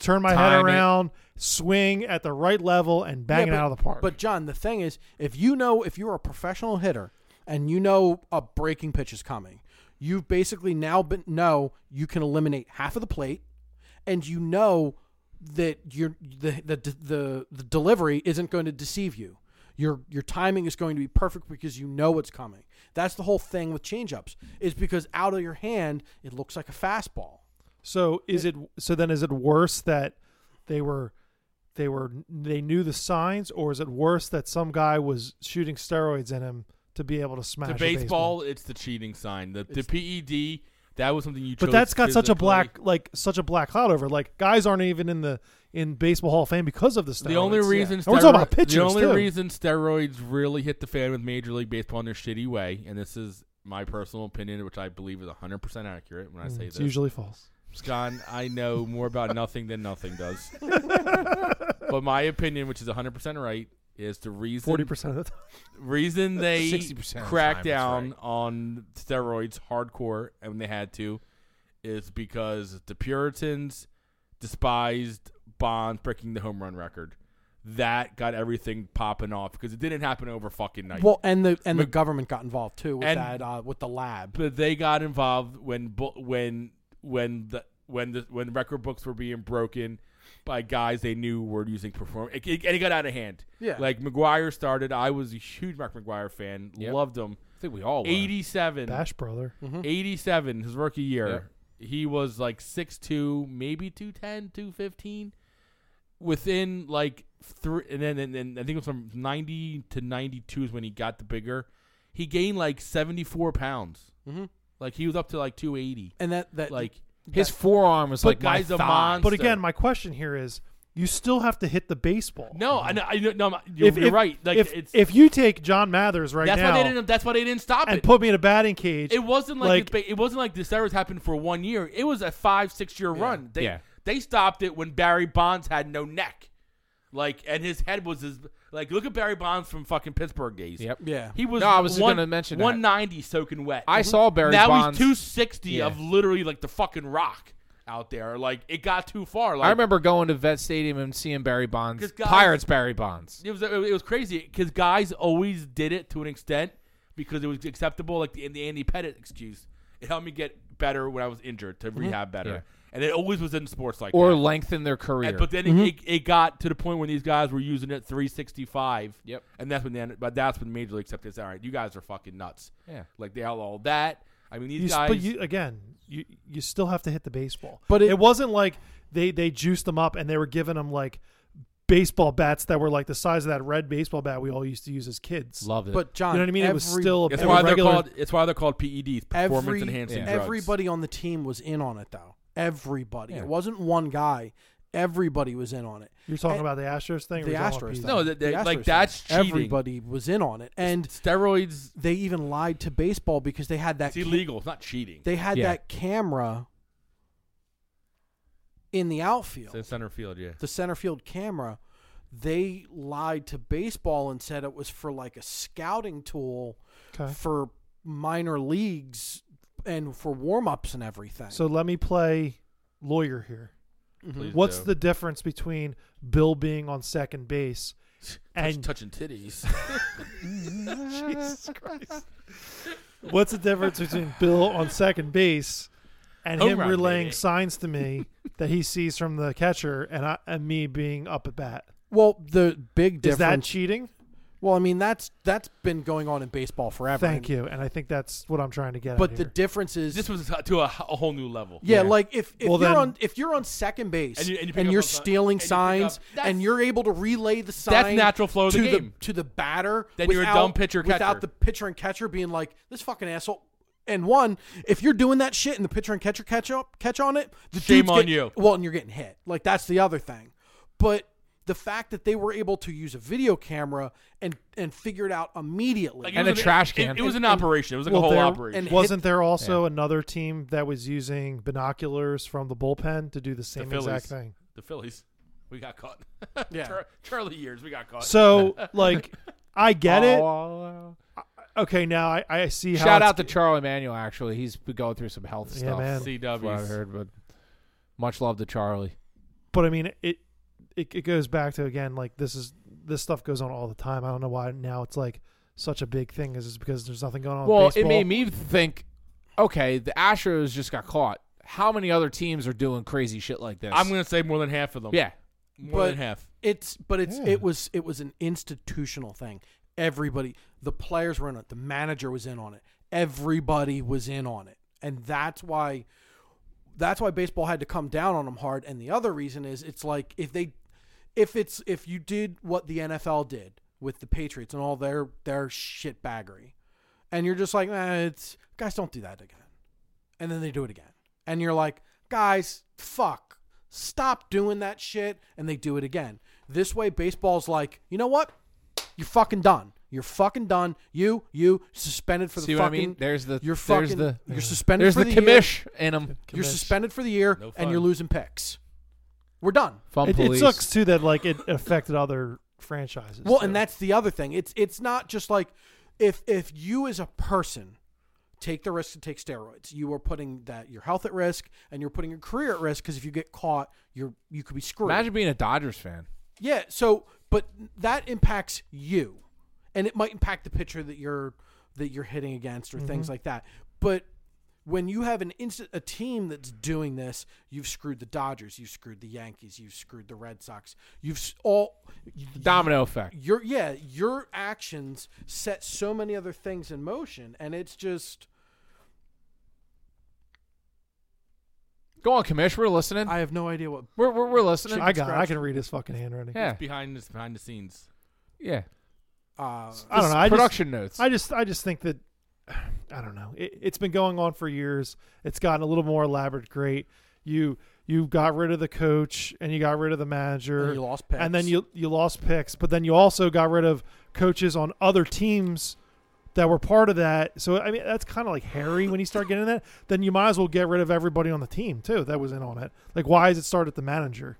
turn my head
Time it.
around, swing at the right level, and bang
Yeah,
it
but-
out of the park.
But John, the thing is, if you know if you're a professional hitter and you know a breaking pitch is coming, you basically now been, know you can eliminate half of the plate, and you know that your the the the, the delivery isn't going to deceive you. Your your timing is going to be perfect because you know it's coming. That's the whole thing with changeups. Is because out of your hand, it looks like a fastball.
so is it so then is it worse that they were they were they knew the signs, or is it worse that some guy was shooting steroids in him to be able to smash
The
a baseball?
baseball, it's the cheating sign. The, the PED, that was something you chose.
But that's got such a
physically.
black like such a black cloud over. it. Like guys aren't even in the in baseball hall of fame because of the steroids.
The only reason
And we're talking
steroid-
about pitchers,
the only
too.
reason steroids really hit the fan with Major League Baseball in their shitty way, and this is my personal opinion, which I believe is 100 percent accurate when I say
Mm, it's
this.
usually false.
Scott, I know more about nothing than nothing does. but my opinion, which is 100 percent right, is the reason
Forty percent of the time.
reason they
60% of
cracked
the time,
down
that's
on steroids hardcore and they had to is because the Puritans despised Bond breaking the home run record. That got everything popping off because it didn't happen over fucking night.
Well, and the and the
Mc-
government got involved too with
And-
that uh, with the lab.
but they got involved when bu- when when the when the when record books were being broken by guys they knew were using perform it, it, and it got out of hand.
Yeah.
like McGuire started. I was a huge Mark McGuire fan.
Yep.
Loved him.
I think we all were.
Eighty-seven.
Bash brother.
87 his rookie year he was like 6'2 maybe 210 215 within like three and then and then i think it was from 90 to 92 is when he got the bigger he gained like 74 pounds
Mm-hmm.
Mhm.
like he was up to like 280
And that
Uh,
that
like
His forearm was
But
like my
guys, a
thigh.
monster.
But again, my question here is: you still have to hit the baseball.
no i know I know- no, I'm- you're,
if,
you're
if-
right like
if,
it's
if you take John Mathers right
that's
now
why they didn't that's why they didn't stop
and
it
put me in a batting cage,
It wasn't like,
Like-
it's ba- it wasn't like the steroids happened for one year. It was a five six year run. They
Yeah.
they stopped it when Barry Bonds had no neck. Like, and his head was his like. Look at Barry Bonds from fucking Pittsburgh days.
Yep.
Yeah.
He was.
No, I was just
one-
gonna mention that.
190 soaking wet.
I saw Barry
now
Bonds.
he's 260 of
Yeah.
literally like the fucking rock out there. Like it got too far. Like
I remember going to Vet Stadium and seeing Barry Bonds,
'Cause guys-
Pirates Barry Bonds.
it was it was crazy because guys always did it to an extent because it was acceptable. Like the, the Andy Pettit excuse, it helped me get better when I was injured to rehab better,
Yeah.
and it always was in sports like
Or
that.
lengthen their career.
And- but then it, it, it got to the point when these guys were using it 365.
Yep.
And that's when then, but that's when Major League accepted. it's, All right, you guys are fucking nuts.
Yeah.
Like they outlawed that. I mean, these
You, sp-
guys.
but you again, you you still have to hit the baseball.
But
it,
it-
wasn't like they they juiced them up and they were giving them like baseball bats that were like the size of that red baseball bat we all used to use as kids.
Loved it.
But John,
you know what I mean? it was
every-
still
it's
a
why
regular.
they're called. It's why they're called PEDs, performance
every,
enhancing
yeah.
drugs.
everybody on the team was in on it though. Everybody.
Yeah.
It wasn't one guy. Everybody was in on it.
you're talking
Eh,
about the Astros thing. or
the
you're talking about
Astros.
PEDs?
thing.
No, that-
The
that- like,
Astros
that's
thing.
cheating.
Everybody was in on it, and
steroids.
they even lied to baseball because they had that
It's illegal. It's not cheating.
they had
Yeah.
that camera in the outfield,
It's in center field, yeah.
the center field camera. They lied to baseball and said it was for like a scouting tool
Okay.
for minor leagues and for warm ups and everything.
So let me play lawyer here.
Please
What's
do.
the difference between Bill being on second base
Touch-
and
touching titties?
Jesus Christ. What's the difference between Bill on second base and
Home
him
run,
relaying
baby.
signs to me that he sees from the catcher and I, and me being up at bat?
well, the big
Is that
difference.
cheating?
well, I mean that's that's been going on in baseball forever. And-
Thank you. And I think that's what I'm trying to get
But
at
the
here.
difference is
this was to a, a whole new level.
Yeah,
Yeah.
like if, if
Well,
you're
then-
on if you're on second base
And
and,
you-
you,
and you pick up
are
on-
stealing
and you pick
signs
up- that's-
and you're able to relay the sign
That's natural flow of
to
the game.
to the batter
Then you're a
without,
dumb pitcher,
without
catcher.
the pitcher and catcher being like this fucking asshole. And one, if you're doing that shit and the pitcher and catcher catch up catch on it, the
Shame
dude's
on
get-
you.
Well, and you're getting hit. Like that's the other thing. But the fact that they were able to use a video camera and and figure it out immediately.
Like, it
And a
was an-
trash
it-
can.
It, was an
And-
operation. It was like
Well,
a whole
there-
operation.
and-
Wasn't there also another team that was using binoculars from the bullpen to do the same
Phillies.
exact thing?
the Phillies, we got caught.
Yeah.
Char- Charlie years, we got caught.
So, like, I get it.
Oh,
Okay, now I, I see how.
Shout
it's-
out to Charlie Manuel. Actually, he's been going through some health
Yeah,
stuff.
man.
That's what I
CW.
heard, but much love to Charlie.
but I mean it, it it goes back to again like this is this stuff goes on all the time. I don't know why now it's like such a big thing. Is it's because there's nothing going on?
Well,
with
it
baseball.
made me think. Okay, the Astros just got caught. How many other teams are doing crazy shit like this?
I'm going to say more than half of them.
yeah.
more
But-
than half.
It's but it's
Yeah.
it was it was an institutional thing. Everybody, the players were in it. The manager was in on it. Everybody was in on it, and that's why that's why baseball had to come down on them hard. And the other reason is it's like if they if it's if you did what the NFL did with the Patriots and all their their shitbaggery, and you're just like, nah, it's guys don't do that again, and then they do it again, and you're like, guys, fuck, stop doing that shit, and they do it again. This way, baseball's like, you know what, you're fucking done. You're fucking done. You you suspended for the
See what I
fucking.
mean? There's the
you're
there's
fucking.
the
you're suspended
there's
for
the
the, year.
commish in them.
You're suspended for the year
No fun.
and you're losing picks. We're done.
Fun
It, it
police.
sucks too that like it affected other franchises.
Well,
too.
and that's the other thing. It's it's not just like if if you as a person take the risk to take steroids, you are putting that your health at risk and you're putting your career at risk because if you get caught, you're you could be screwed.
Imagine being a Dodgers fan.
Yeah. So, but that impacts you, and it might impact the pitcher that you're that you're hitting against or things like that. But when you have an instant a team that's doing this, you've screwed the Dodgers, you've screwed the Yankees, you've screwed the Red Sox, you've s- all
Domino effect.
your yeah your actions set so many other things in motion, and it's just
Go on, commish. We're listening.
I have no idea what.
we're, we're we're listening.
I got. I can read his fucking handwriting.
yeah,
Behind this, behind the scenes.
yeah.
Uh,
I don't know. I just,
Production notes.
I just I just think that I don't know. It, it's been going on for years. It's gotten a little more elaborate. Great. You you got rid of the coach and you got rid of the manager.
And you lost picks.
And then you you lost picks, but then you also got rid of coaches on other teams that were part of that. So I mean that's kind of like hairy when you start getting that. Then you might as well get rid of everybody on the team too that was in on it. Like why is it start at the manager?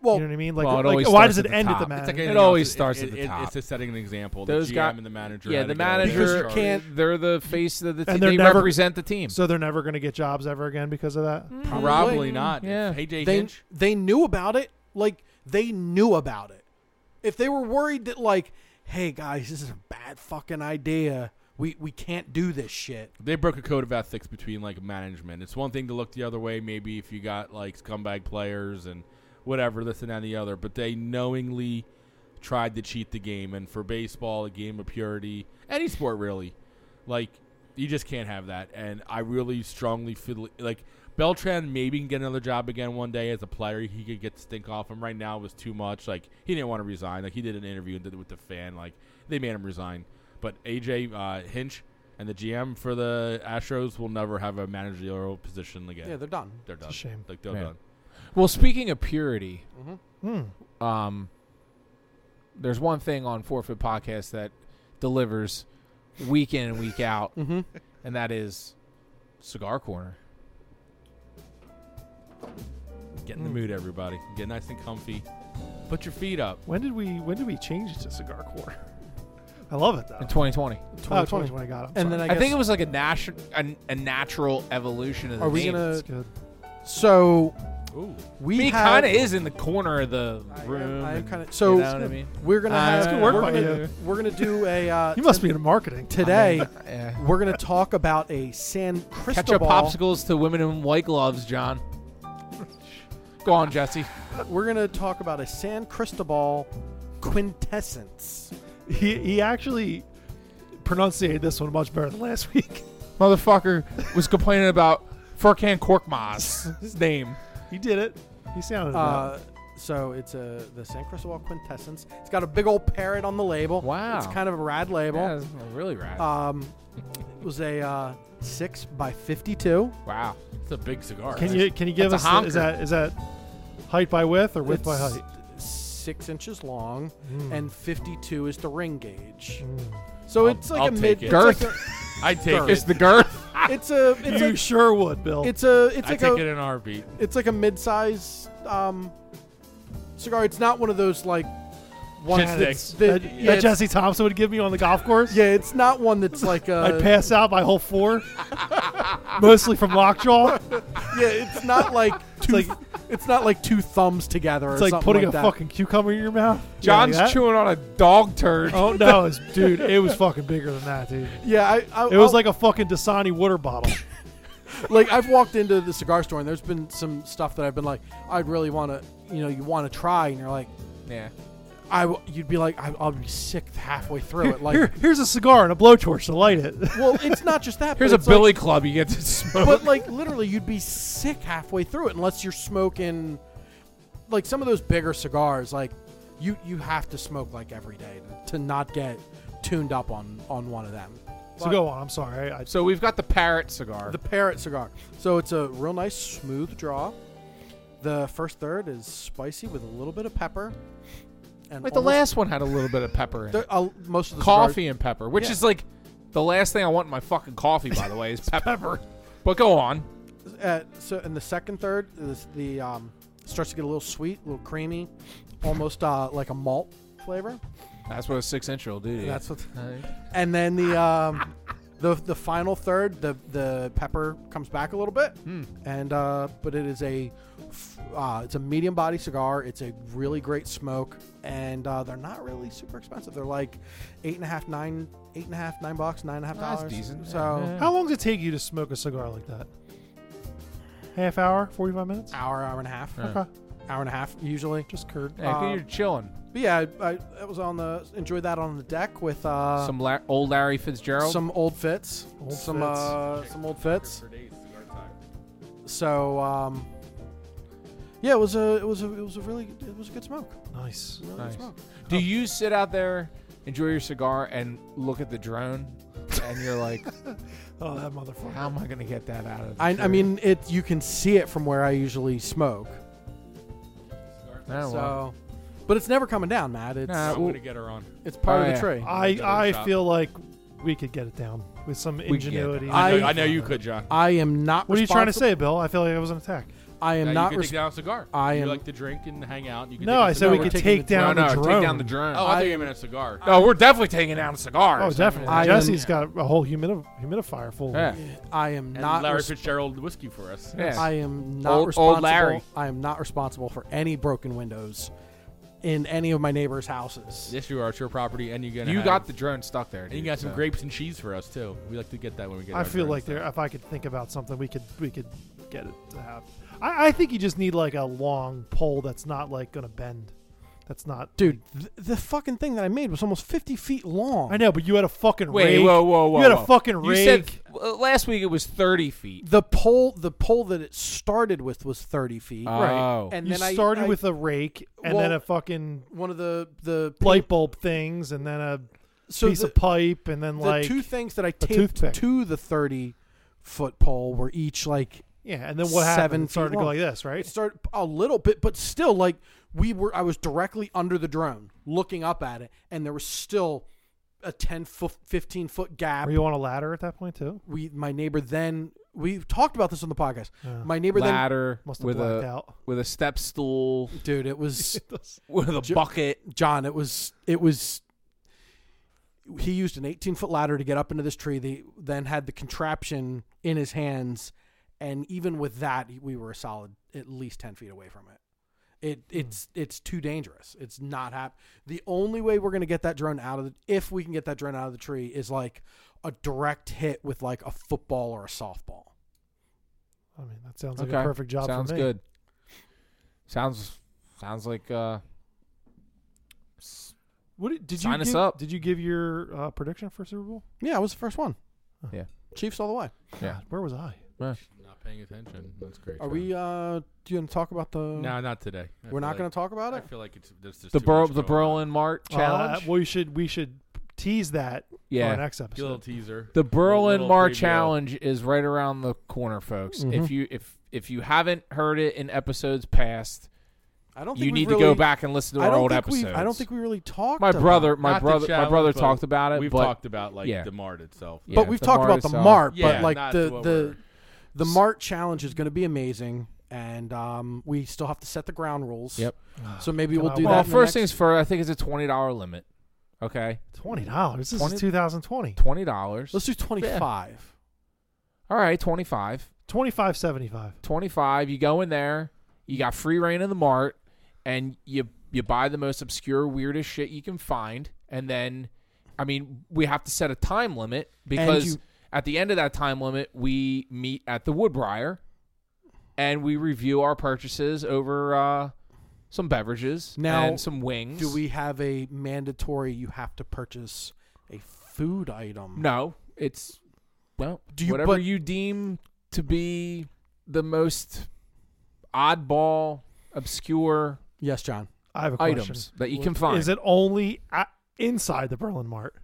Well,
you know what I mean? Like,
Well, it
like
always starts
why does it
at the
end
top.
at the
It's
man?
anything
always
else.
starts at the top.
It's just setting an example.
Those
the GM
guy-
and the manager.
yeah,
had
the
to go in
manager
charge.
can't. They're the face of the team.
And they're
They
never-
represent the team.
so they're never going to get jobs ever again because of that.
Probably,
Probably.
not.
Yeah.
If AJ
they
Hinch.
they knew about it. Like they knew about it. If they were worried that like, hey guys, this is a bad fucking idea. We we can't do this shit.
They broke a code of ethics between like management. It's one thing to look the other way, maybe if you got like scumbag players and whatever, this and that and the other. But they knowingly tried to cheat the game, and for baseball, a game of purity, any sport really, like you just can't have that. And I really strongly feel like Beltran maybe can get another job again one day as a player. He could get the stink off him. Right now it was too much. Like he didn't want to resign. Like he did an interview and did it with the fan. Like they made him resign. But AJ uh, Hinch and the GM for the Astros will never have a managerial position again.
Yeah, they're done.
they're done.
a shame.
Like they're
Yeah.
done.
Well, speaking of purity,
Hmm.
um, there's one thing on Forfeit Podcast that delivers week in and week out,
Mhm.
and that is Cigar Corner.
Get in the mood, everybody. Get nice and comfy. Put your feet up.
When did we when did we change it to cigar core? I love it though.
in 2020.
Oh, 20 when I got it. I'm
And then
sorry.
I,
I,
guess,
think it was like a natural, a, a natural evolution of the
Are we
name.
gonna?
That's good.
So
Ooh.
we
Me
have-
kind of is in the corner of the room.
I am kind
and-
of. So
you know what I mean?
we're gonna
Uh,
have.
it's good
work
we're,
by
gonna,
you.
we're gonna do a. Uh,
You must be in marketing
today.
Yeah.
we're gonna talk about a San
Catch up
Cristobal.
popsicles to women in white gloves, John. Go on, Jesse.
We're gonna talk about a San Cristobal quintessence.
He he actually pronunciated this one much better than last week.
Motherfucker was complaining about Furkan Korkmaz. His name.
He did it. He sounded it.
Uh, so it's a the San Cristobal quintessence. It's got a big old parrot on the label.
Wow.
it's kind of a rad label.
Yeah, that's really rad.
Um, it was a uh, six by fifty-two.
wow.
It's a big cigar.
Can you can you give
That's
us
a
the- is that is that height by width or width by
It's
height?
Six inches long,
Mm.
and fifty-two is the ring gauge.
Mm.
So
I'll-
it's like
I'll
a
take
mid
it.
it's like
I take
It's
it.
the girth.
a- It's a it's
you
like
sure would, Bill.
it's a it's
I
like
take
a
it in a heartbeat.
it's like a mid-size um, cigar. It's not one of those like ones
Shit
that's,
sticks.
that,
that,
yeah,
that
it's-
Jesse Thompson would give me on the golf course.
yeah, it's not one that's like
I'd
a
pass out by hole four, mostly from lockjaw.
yeah. It's not like two.
like-
It's, not like two thumbs together.
It's
or
like
something
putting
like
a
that.
fucking cucumber in your mouth. Yeah, like
John's
that.
chewing on a dog turd.
Oh no, it's, dude, it was fucking bigger than that, dude.
Yeah, I, I
It was
I'll-
like a fucking Dasani water bottle.
like I've walked into the cigar store and there's been some stuff that I've been like, I'd really want to, you know, you want to try, and you're like,
Yeah.
I, w- you'd be like, I, I'll be sick halfway through it.
Here,
Like,
here's a cigar and a blowtorch to light it.
well, it's not just that. but
Here's a
it's like-
billy club you get to smoke.
but like literally, you'd be sick halfway through it unless you're smoking, like some of those bigger cigars. Like, you you have to smoke like every day to, to not get tuned up on on one of them.
so go on. I'm sorry. I, I,
so we've got the parrot cigar.
The Parrot cigar. So it's a real nice smooth draw. The first third is spicy with a little bit of pepper. And
Like the
almost-
last one had a little bit of pepper in it.
the- uh, most of the cigars-
coffee and pepper, which
Yeah.
is like the last thing I want in my fucking coffee. By the way, is pepper. But go on.
uh, so in the second third, is the um, starts to get a little sweet, a little creamy, almost uh, like a malt flavor.
That's what a six inch will do. to you.
That's what.
Hey.
And then the um, the the final third, the the pepper comes back a little bit,
Hmm.
and uh, but it is a f- uh, it's a medium body cigar. It's a really great smoke, and uh, they're not really super expensive. They're like eight and a half, nine, eight and a half, nine bucks, nine and a half
That's
dollars.
decent.
So
Yeah.
how long does it take you to smoke a cigar like that? Half hour, forty five minutes.
hour, hour and a half,
Yeah.
Okay,
hour and a half usually.
just curd.
Yeah, 'cause
Uh,
you're chilling.
But yeah, I, I, I was on the enjoyed that on the deck with uh,
Some La- old Larry Fitzgerald.
some old fits,
Old
some
Fitz.
Uh, some old fits. So um, yeah, it was a it was a it was a really it was a good smoke.
Nice.
Really
Nice.
good smoke.
do you sit out there, enjoy your cigar, and look at the drone, and you're like,
Oh, that motherfucker.
"How am I gonna get that out of?" The
I, I
tree?"
mean, it you can see it from where I usually smoke.
Oh, well.
So, but it's never coming down, Matt. It's
Nah,
I'm gonna get her on.
it's part
Oh,
of the
yeah.
tree.
I
Another
I
shot.
feel like we could get it down with some
could get it
ingenuity.
down.
I know,
I-
I know you could, John.
I am not.
What are you trying to
responsi-
say, Bill? I feel like it was an attack.
I am
Now
not.
you can
res-
take down a cigar.
I
you
am-
like to drink and hang out. You can
No,
take a
I said we
cigar.
could
taking
take
the-
No,
down
no,
the drone.
take down the drone.
Oh, I, thought you meant a cigar.
no, we're definitely taking down
Oh,
cigars.
definitely.
I am-
Jesse's got a whole humid- humidifier full.
Yeah.
I am
and
not.
Larry
res-
Fitzgerald whiskey for us.
Yeah.
I am not
Old- old
responsible.
Larry.
I am not responsible for any broken windows in any of my neighbors' houses.
Yes, you are. It's your property, and you get
you got the drone stuck there.
and
dude,
you got some
so.
grapes and cheese for us too. We like to get that when we get.
I
our
feel
drone
like
stuff.
there. If I could think about something, we could we could get it to happen. I, I think you just need like a long pole that's not like gonna bend. That's not.
Dude, th- the fucking thing that I made was almost 50 feet long.
I know, but you had a fucking
Wait,
rake.
whoa, whoa, whoa!
You had a
whoa.
fucking
You said
rake.
uh, last week it was thirty feet.
The pole, the pole that it started with was 30 feet.
Oh.
And
you
then I-
started
I-
with a rake and
Well-
then a fucking
one of the the
light bulb things and then a
so
piece
the,
of pipe and then
the
like
two things that I taped
toothpick.
to the 30 foot pole were each like
yeah, and then what
seven
happened? It started
feet
to go
long.
like this, right?
it started a little bit, but still like we were. I was directly under the drone, looking up at it, and there was still a 10 foot, 15 foot gap.
Were you on a ladder at that point too?
we my neighbor then we talked about this on the podcast.
Yeah.
My neighbor
Ladder
Must have
with
blacked
a
out.
with a step stool
then dude, it was
with a
Ju-
bucket.
John, it was it was he used an 18 foot ladder to get up into this tree. They then had the contraption in his hands and even with that we were a solid at least 10 feet away from it. It it's it's too dangerous. It's not hap- the only way we're going to get that drone out of the if we can get that drone out of the tree is like a direct hit with like a football or a softball.
I mean, that sounds like
Okay.
a perfect job.
Sounds
for me.
good. Sounds sounds like uh, s-
What did, did
Sign
you
us
give,
up.
Did you give your uh, prediction for Super Bowl?
Yeah, I was the first one.
Yeah.
Chiefs all the way.
Yeah.
God, where was I?
Not paying attention. That's great.
Are we uh do you want to talk about the
No, not today. I
We're
feel
not
like-
going to talk about it?
I feel like it's there's just
the
too
Bur-
much
the
going on.
Berlin Mart
Uh,
challenge.
well, we should we should tease that for our
yeah,
next
Give a little
episode.
teaser.
the Berlin
little
Mart
preview.
challenge is right around the corner, folks.
Mhm.
If you if if you haven't heard it in episodes past,
I don't think
you
we've
need
really,
to go back and listen to
I
our
don't
old
think we've-
episodes.
I don't think we really talked.
my
about-
brother, my
Not the
brother, my
challenge,
brother
but
talked about it.
We've
but,
talked about like
yeah.
the Mart itself.
yeah,
but we've
the
talked
Mart
about the
itself.
Mart,
Yeah,
but like
not
the
what
the
we're-
the Mart challenge is going to be amazing, and um, we still have to set the ground rules.
Yep.
So maybe
Can
we'll
I-
do
Well,
Well,
that. in the
first
next-
things first, I think it's a twenty dollar limit. Okay,
Twenty dollars. This
20?
is 2020.
twenty dollars.
let's do twenty five.
All right, twenty five.
25.75.
25 you go in there you got free reign in the mart and you you buy the most obscure weirdest shit you can find and then i mean we have to set a time limit because
you-
at the end of that time limit we meet at the woodbriar and we review our purchases over uh, some beverages
Now,
and some wings
Do we have a mandatory? You have to purchase a food item.
no it's no
Do you-
whatever
but-
you deem to be the most oddball obscure
Yes, John.
I have a question.
items that you can find.
Is it only at, inside the Berlin Mart?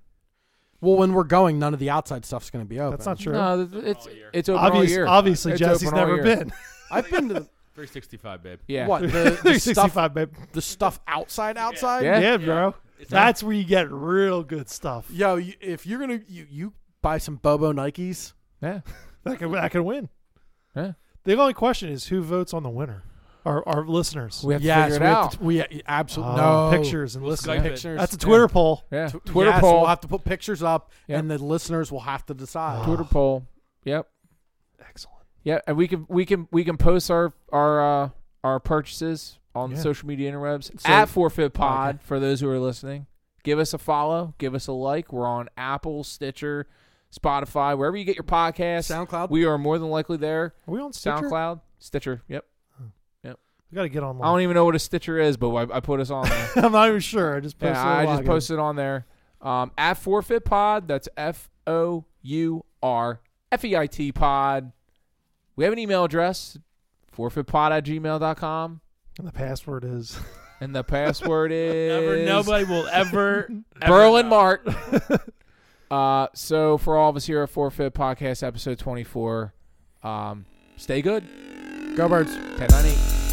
Well, when we're going, none of the outside stuff's going to be open.
That's not true.
no, th- Oh. it's it's open all
Obvious-
year.
Obviously,
It's
Jesse's
open all
never
year.
been.
I've been to the,
365, babe.
Yeah.
what the, the stuff
365, babe.
the stuff outside outside.
Yeah.
Yeah, bro.
It's
That's where you get real good stuff.
Yo, you, if you're gonna you, you buy some Bobo Nikes,
Yeah.
That can that can win.
Yeah.
The only question is who votes on the winner? Our our listeners.
We have to
yes,
figure it
we have
out.
to- we yeah, absolutely
Oh,
no
pictures and listeners.
Skype it.
pictures.
That's a Twitter poll.
yeah.
Tw-
Twitter
yes,
poll.
We'll have to put pictures up,
Yep.
and the listeners will have to decide.
Twitter poll. Yep.
Excellent.
Yeah, and we can we can we can post our our uh, our purchases on
Yeah.
social media interwebs
So-
at Forfeit Pod for those who are listening. Give us a follow. Give us a like. We're on Apple, Stitcher, Spotify, wherever you get your podcast.
SoundCloud.
We are more than likely there.
Are we on Stitcher?
SoundCloud, Stitcher. Yep.
We got to get
I don't
online.
even know what a Stitcher is, but I, I put us on there.
I'm not even sure. I just posted.
Yeah,
a
I just
login.
posted on there. Um, at forfeit pod. That's F O U R F E I T pod. We have an email address, forfeitpod at gmail.com.
And the password is
And the password is
Never, nobody will ever. ever
Berlin
know.
Mart. uh, so for all of us here at Forfeit Podcast, episode 24, um, stay good.
Go birds.
1098.